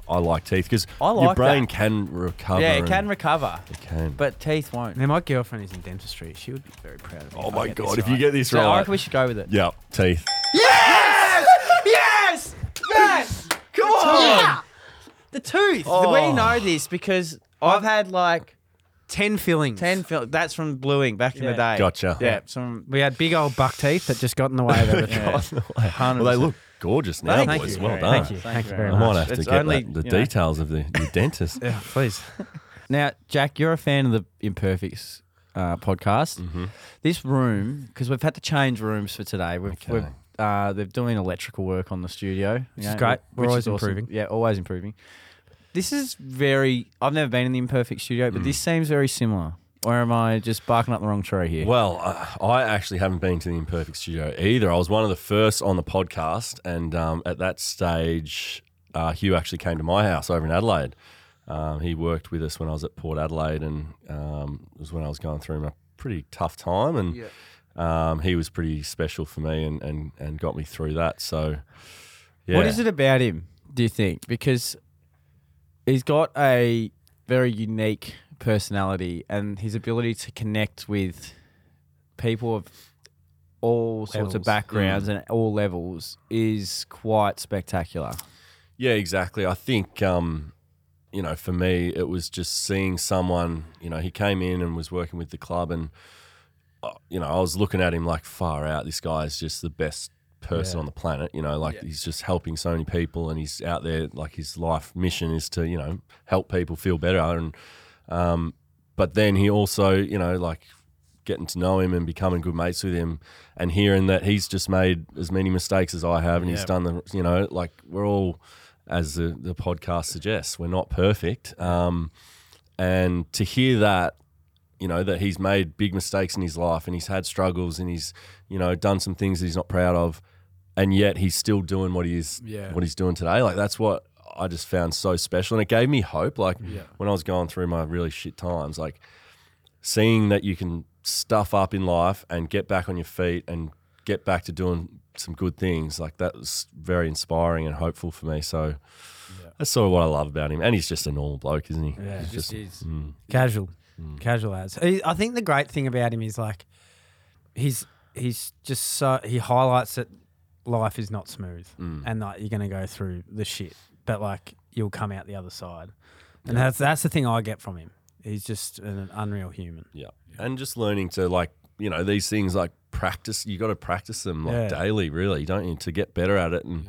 I like teeth because I your like brain that. can recover. yeah, it and- can recover, It can. but teeth won't. Now my girlfriend is in dentistry. She would be very proud of me. oh if I my get this god! If right. you get this So I right, reckon we should go with it. yeah, teeth. Yes, yes. Come on. the tooth, We know this because I've had like ten fillings. ten. Fil- that's from bluing back in the Yeah. day. Gotcha. Yeah, some. We had big old buck teeth that just got in the way of everything. Yeah. Well, they look gorgeous now, Thank boys. you. Well Thank done. you. Thank you very very I much. might have to It's get only, that, the you know. details of the your dentist. Yeah, please. Now, Jack, you're a fan of the Imperfects uh, podcast. Mm-hmm. This room, because we've had to change rooms for today. We've, Okay. we've uh, they're doing electrical work on the studio, which is great. We're always awesome. improving. Yeah, always improving. This is very. I've never been in the Imperfect studio, Mm. but this seems very similar. Or am I just barking up the wrong tree here? Well, I- I actually haven't been to the Imperfect Studio either. I was one of the first on the podcast, and um, at that stage, uh, Hugh actually came to my house over in Adelaide. Um, he worked with us when I was at Port Adelaide, and um, it was when I was going through my pretty tough time, and um, he was pretty special for me, and, and and got me through that. So, yeah, What is it about him, do you think? Because he's got a very unique personality and his ability to connect with people of all sorts of Levels. backgrounds and all levels is quite spectacular. Yeah, exactly. I think, um, you know, for me, it was just seeing someone, you know, he came in and was working with the club, and, uh, you know, I was looking at him like, far out, this guy is just the best person on the planet. You know, like he's just helping so many people, and he's out there, like his life mission is to, you know, help people feel better. And, um, but then he also, you know, like getting to know him and becoming good mates with him and hearing that he's just made as many mistakes as I have and he's done the, you know, like we're all, as the, the podcast suggests, we're not perfect. Um, and to hear that, you know, that he's made big mistakes in his life and he's had struggles and he's, you know, done some things that he's not proud of. And yet he's still doing what he is, Yeah. what he's doing today. Like that's what I just found so special. And it gave me hope. Like when I was going through my really shit times, like seeing that you can stuff up in life and get back on your feet and get back to doing some good things like that was very inspiring and hopeful for me so that's sort of what i love about him and he's just a normal bloke isn't he yeah just, Casual, casual as. I I think the great thing about him is like, he's he's just so he highlights that life is not smooth, and like you're gonna go through the shit, but like you'll come out the other side, and that's that's the thing I get from him. He's just an unreal human. yeah and just learning to like you know these things like practice you got to practice them like Yeah. daily really don't you to get better at it and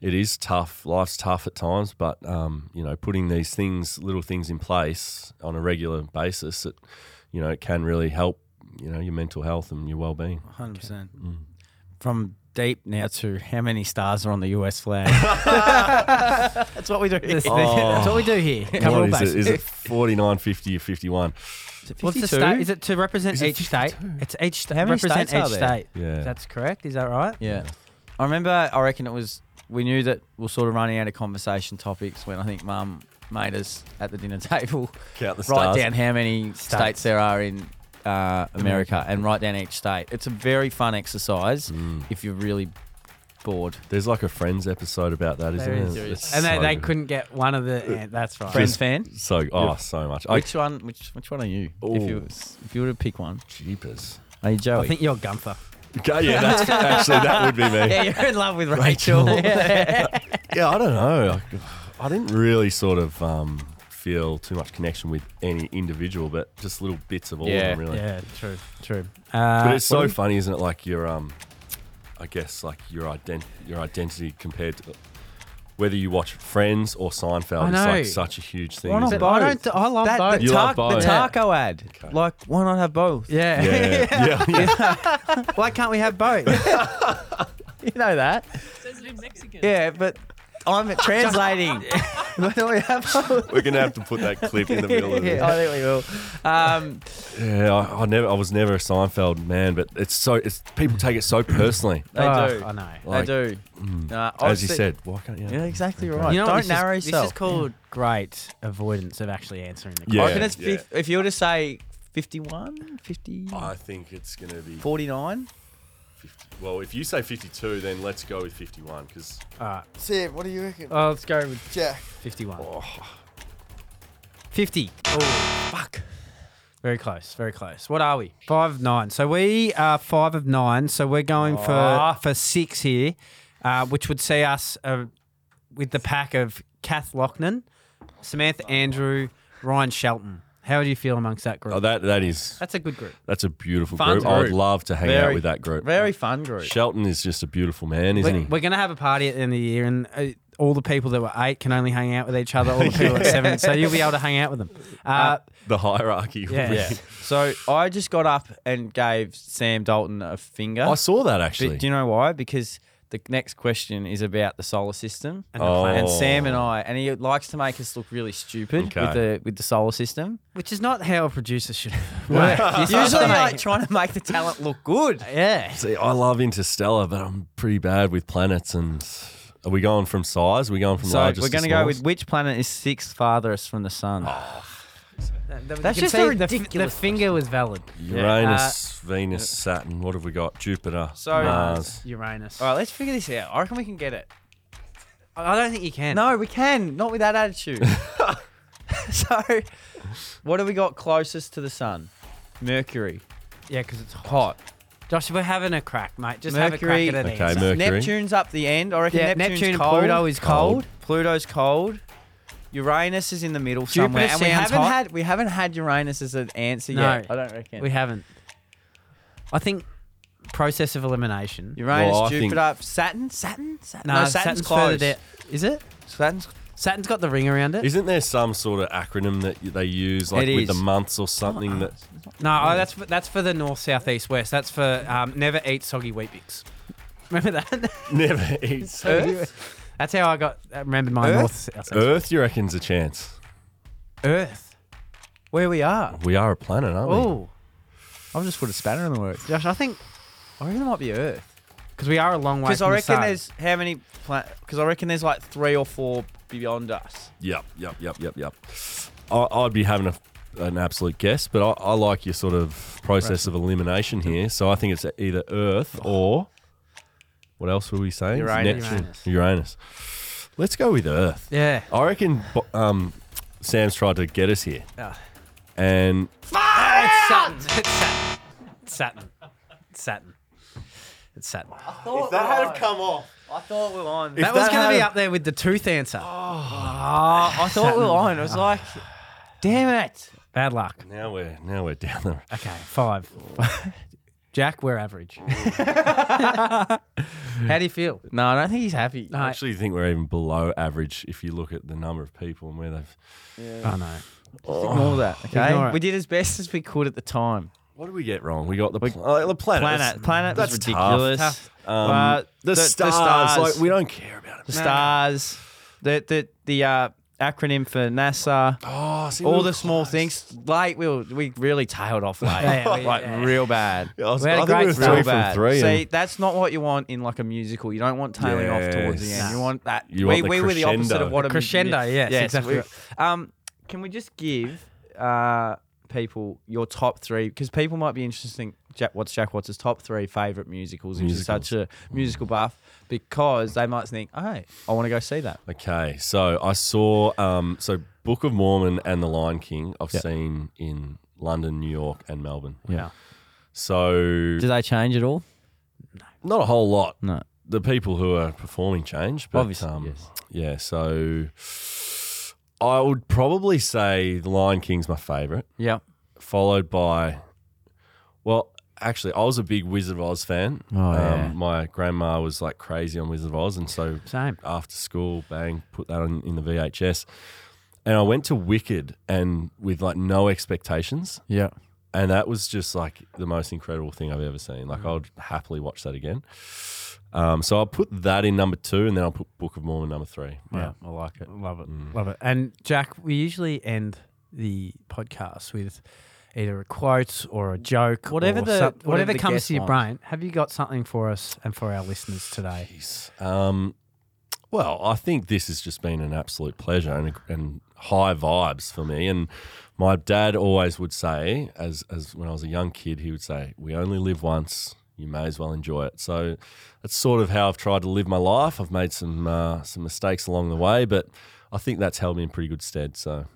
it is tough life's tough at times but um you know putting these things little things in place on a regular basis it you know it can really help you know your mental health and your well-being 100%. From deep now to how many stars are on the US flag. That's what we do. here. That's what we do here. Cover all What is bases. it? Is it 49, 50, or 51? What's the 52? state? Is it to represent each state? It's each state. How many represent states are each there? state. Yeah. That's correct. Is that right? Yeah. I remember, I reckon it was, we knew that we are sort of running out of conversation topics when I think mum made us at the dinner table Count the write stars. Mm. down how many states there are in uh, America and write down each state. It's a very fun exercise Mm. if you're really bored. There's like a Friends episode about that, isn't There is. there? It's And they, so they good. couldn't get one of the. yeah, that's right. Friends fan? So, oh, so much. I, Which one? Which which one are you? If you Ooh. if you were to pick one, jeepers. are you Joey? I think you're Gunther. Okay, yeah, that's actually, that would be me. yeah, you're in love with Rachel. Yeah, I don't know. I, I didn't really sort of um, feel too much connection with any individual, but just little bits of all Yeah. of them, really. Yeah, true, true. But Uh, it's so funny, isn't it? Like your, um, I guess, like your ident- your identity compared to whether you watch Friends or Seinfeld. I It's know. like such a huge thing. Why isn't not it? both? I don't. I love That- both. The, You tar- love the both. Oh, taco ad. Like, why not have both? yeah. Yeah, yeah, yeah. Why can't we have both? You know that. Mexican. Yeah, but I'm translating. Why don't we have one? We're gonna have to put that clip in the middle of it. yeah, I think we will. Um, Yeah, I, I never, I was never a Seinfeld man, but it's so, it's people take it so personally. they do. I know. Ah, Like, Mm. they do. Nah, I've As you seen- said, why can't you? Oh, Yeah, exactly right. You know what, Don't this narrow is, yourself. This is called great avoidance of actually answering the Yeah, I reckon it's yeah. fif- if you were to say 51, 50, I think it's gonna be 49. well. If you say 52, then let's go with 51 because Sam, what do you reckon? Oh, let's go with Jack. 51. 50. Oh, fuck. Very close, very close. What are we? Five of nine. So we are five of nine. So we're going Ah. for for six here, uh, which would see us uh, with the pack of Kath Lochnan, Samantha Andrew, Ryan Shelton. How do you feel amongst that group? oh, that that is That's a good group. that's a beautiful Fun group. I would group. love to hang out Very- with that group. Very fun group. Shelton is just a beautiful man, isn't We're, he? we're going to have a party at the end of the year, and uh, all the people that were eight can only hang out with each other. All the people at seven, so you'll be able to hang out with them. Uh, The hierarchy. will yeah. be- Yeah. so I just got up and gave Sam Dalton a finger. I saw that But actually. do you know why? Because the next question is about the solar system. And, oh, Sam and I, and he likes to make us look really stupid Okay. with the with the solar system. which is not how a producer should. Usually, like trying to make the talent look good. yeah. See, I love Interstellar, but I'm pretty bad with planets. And are we going from size? Are we going from So largest? Oh, we're going to go with which planet is sixth farthest from the sun? That's just a ridiculous The, finger was valid. Uranus, Venus, Saturn. What have we got? Jupiter, uh, So- Mars. Uranus. All right, let's figure this out. I reckon we can get it. I don't think you can. No, we can. Not with that attitude. so, what do we got closest to the sun? Mercury. Yeah, because it's hot. Hot. Josh, we're having a crack, mate. Just Mercury. have a crack at an Okay, answer. Mercury. Neptune's up the end. I reckon Yeah, Neptune's Neptune and cold. Pluto is cold. Pluto's cold. Uranus is in the middle Jupiter somewhere, and we sounds haven't hot. had we haven't had Uranus as an answer No. yet. I don't reckon. We haven't. I think process of elimination. Uranus, Well, I think- Jupiter, Saturn, Saturn, Saturn. no, Saturn's, close. further down. Is it? Saturn's Saturn's got the ring around it. Isn't there some sort of acronym that y- they use, like It with the is. months or something? That no, oh, that's for, that's for the north, south, east, west. That's for um, never eat soggy wheat bix. Remember that? never eats. Earth. that's how I got I remembered my Earth? north, south, east. Earth, you reckon's a chance. Earth. Where we are. We are a planet, aren't we? Oh, I've just put a spanner in the works. Josh, I think I reckon it might be Earth. because we are a long way. Because from I the reckon sun. there's how many? Because I reckon there's like three or four beyond us. Yep, yep, yep, yep, yep. I, I'd be having a, an absolute guess, but I, I like your sort of process of elimination here. So I think it's either Earth or what else were we saying? Uranus. Neptune. Uranus. Let's go with Earth. yeah. I reckon bo- um, Sam's tried to get us here, and Oh. It's Saturn. It's Saturn. It's Saturn. It's Saturn. It's Saturn. If that had come off, I thought we were on. that was going to be up there with the tooth answer. I thought we were on. It was like, damn it. Bad luck. now we're now we're down the. Okay, five. Jack, we're average. How do you feel? No, I don't think he's happy. I actually think we're even below average if you look at the number of people and where they've. Oh no. Just ignore that. Okay, Ignore it. we did as best as we could at the time. What did we get wrong? We got the, pl- uh, the planet. Planet, planet was that's ridiculous. tough. Um, But the, stars, stars, like we don't care about it. the stars, the the the uh, acronym for NASA, Oh, see, we all were the small close. things. Late, we were, we really tailed off late, Yeah, we- like yeah. real bad. Yeah, I, was, We had a I think we great were start. three Real from bad. three. See, and that's not what you want in like a musical. You don't want tailing off towards the Yes. end. You want that. You we want the we were the opposite crescendo. of what a mu- Crescendo, yes, exactly we- right. um, can we just give uh, people your top three? Because people might be interested. in Jack, what's Jack Watts' top three favorite musicals? If you're such a musical buff, because they might think, "Oh, "Hey, I want to go see that." okay, so I saw um, so Book of Mormon and The Lion King. I've seen in London, New York, and Melbourne. Yeah. So Do they change at all? not a whole lot. No. The people who are performing change, but Obviously, um, yes. yeah. So I would probably say The Lion King's my favorite, Yeah. followed by, well. Actually, I was a big Wizard of Oz fan. Um, Oh, yeah. My grandma was like crazy on Wizard of Oz, and so Same. after school, bang, put that on in the VHS. And I went to Wicked and with like no expectations. Yeah. and that was just like the most incredible thing I've ever seen. Like I'd happily watch that again. Um, so I'll put that in number two, and then I'll put Book of Mormon number three. Yeah, I like it. Love it. Mm. Love it. And Jack, we usually end the podcast with either a quote or a joke, Whatever or the- some- whatever whatever, the comes guest to your wants. brain. Have you got something for us and for our listeners today? Jeez. Um, well, I think this has just been an absolute pleasure and, and high vibes for me. And my dad always would say, as as when I was a young kid, he would say, "We only live once. You may as well enjoy it." So that's sort of how I've tried to live my life. I've made some uh, some mistakes along the way, but I think that's held me in pretty good stead. So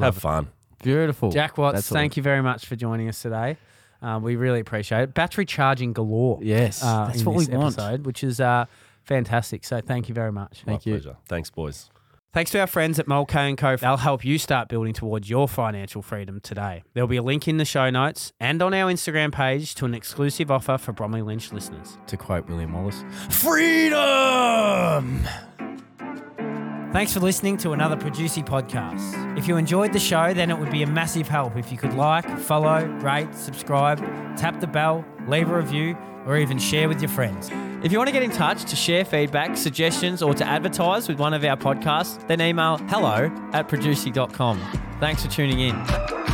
have fun. Beautiful. Jack Watts, That's all. thank you very much for joining us today. Um, we really appreciate it. Battery charging galore. Yes, uh, that's in what this we want. Episode, which is uh, fantastic. So thank you very much. My Thank you. pleasure. Thanks, boys. Thanks to our friends at Mulcahy & Co. They'll help you start building towards your financial freedom today. There'll be a link in the show notes and on our Instagram page to an exclusive offer for Bromley Lynch listeners. To quote William Wallace. Freedom. Thanks for listening to another Producy podcast. If you enjoyed the show, then it would be a massive help if you could like, follow, rate, subscribe, tap the bell, leave a review, or even share with your friends. If you want to get in touch to share feedback, suggestions, or to advertise with one of our podcasts, then email hello at producey.com. Thanks for tuning in.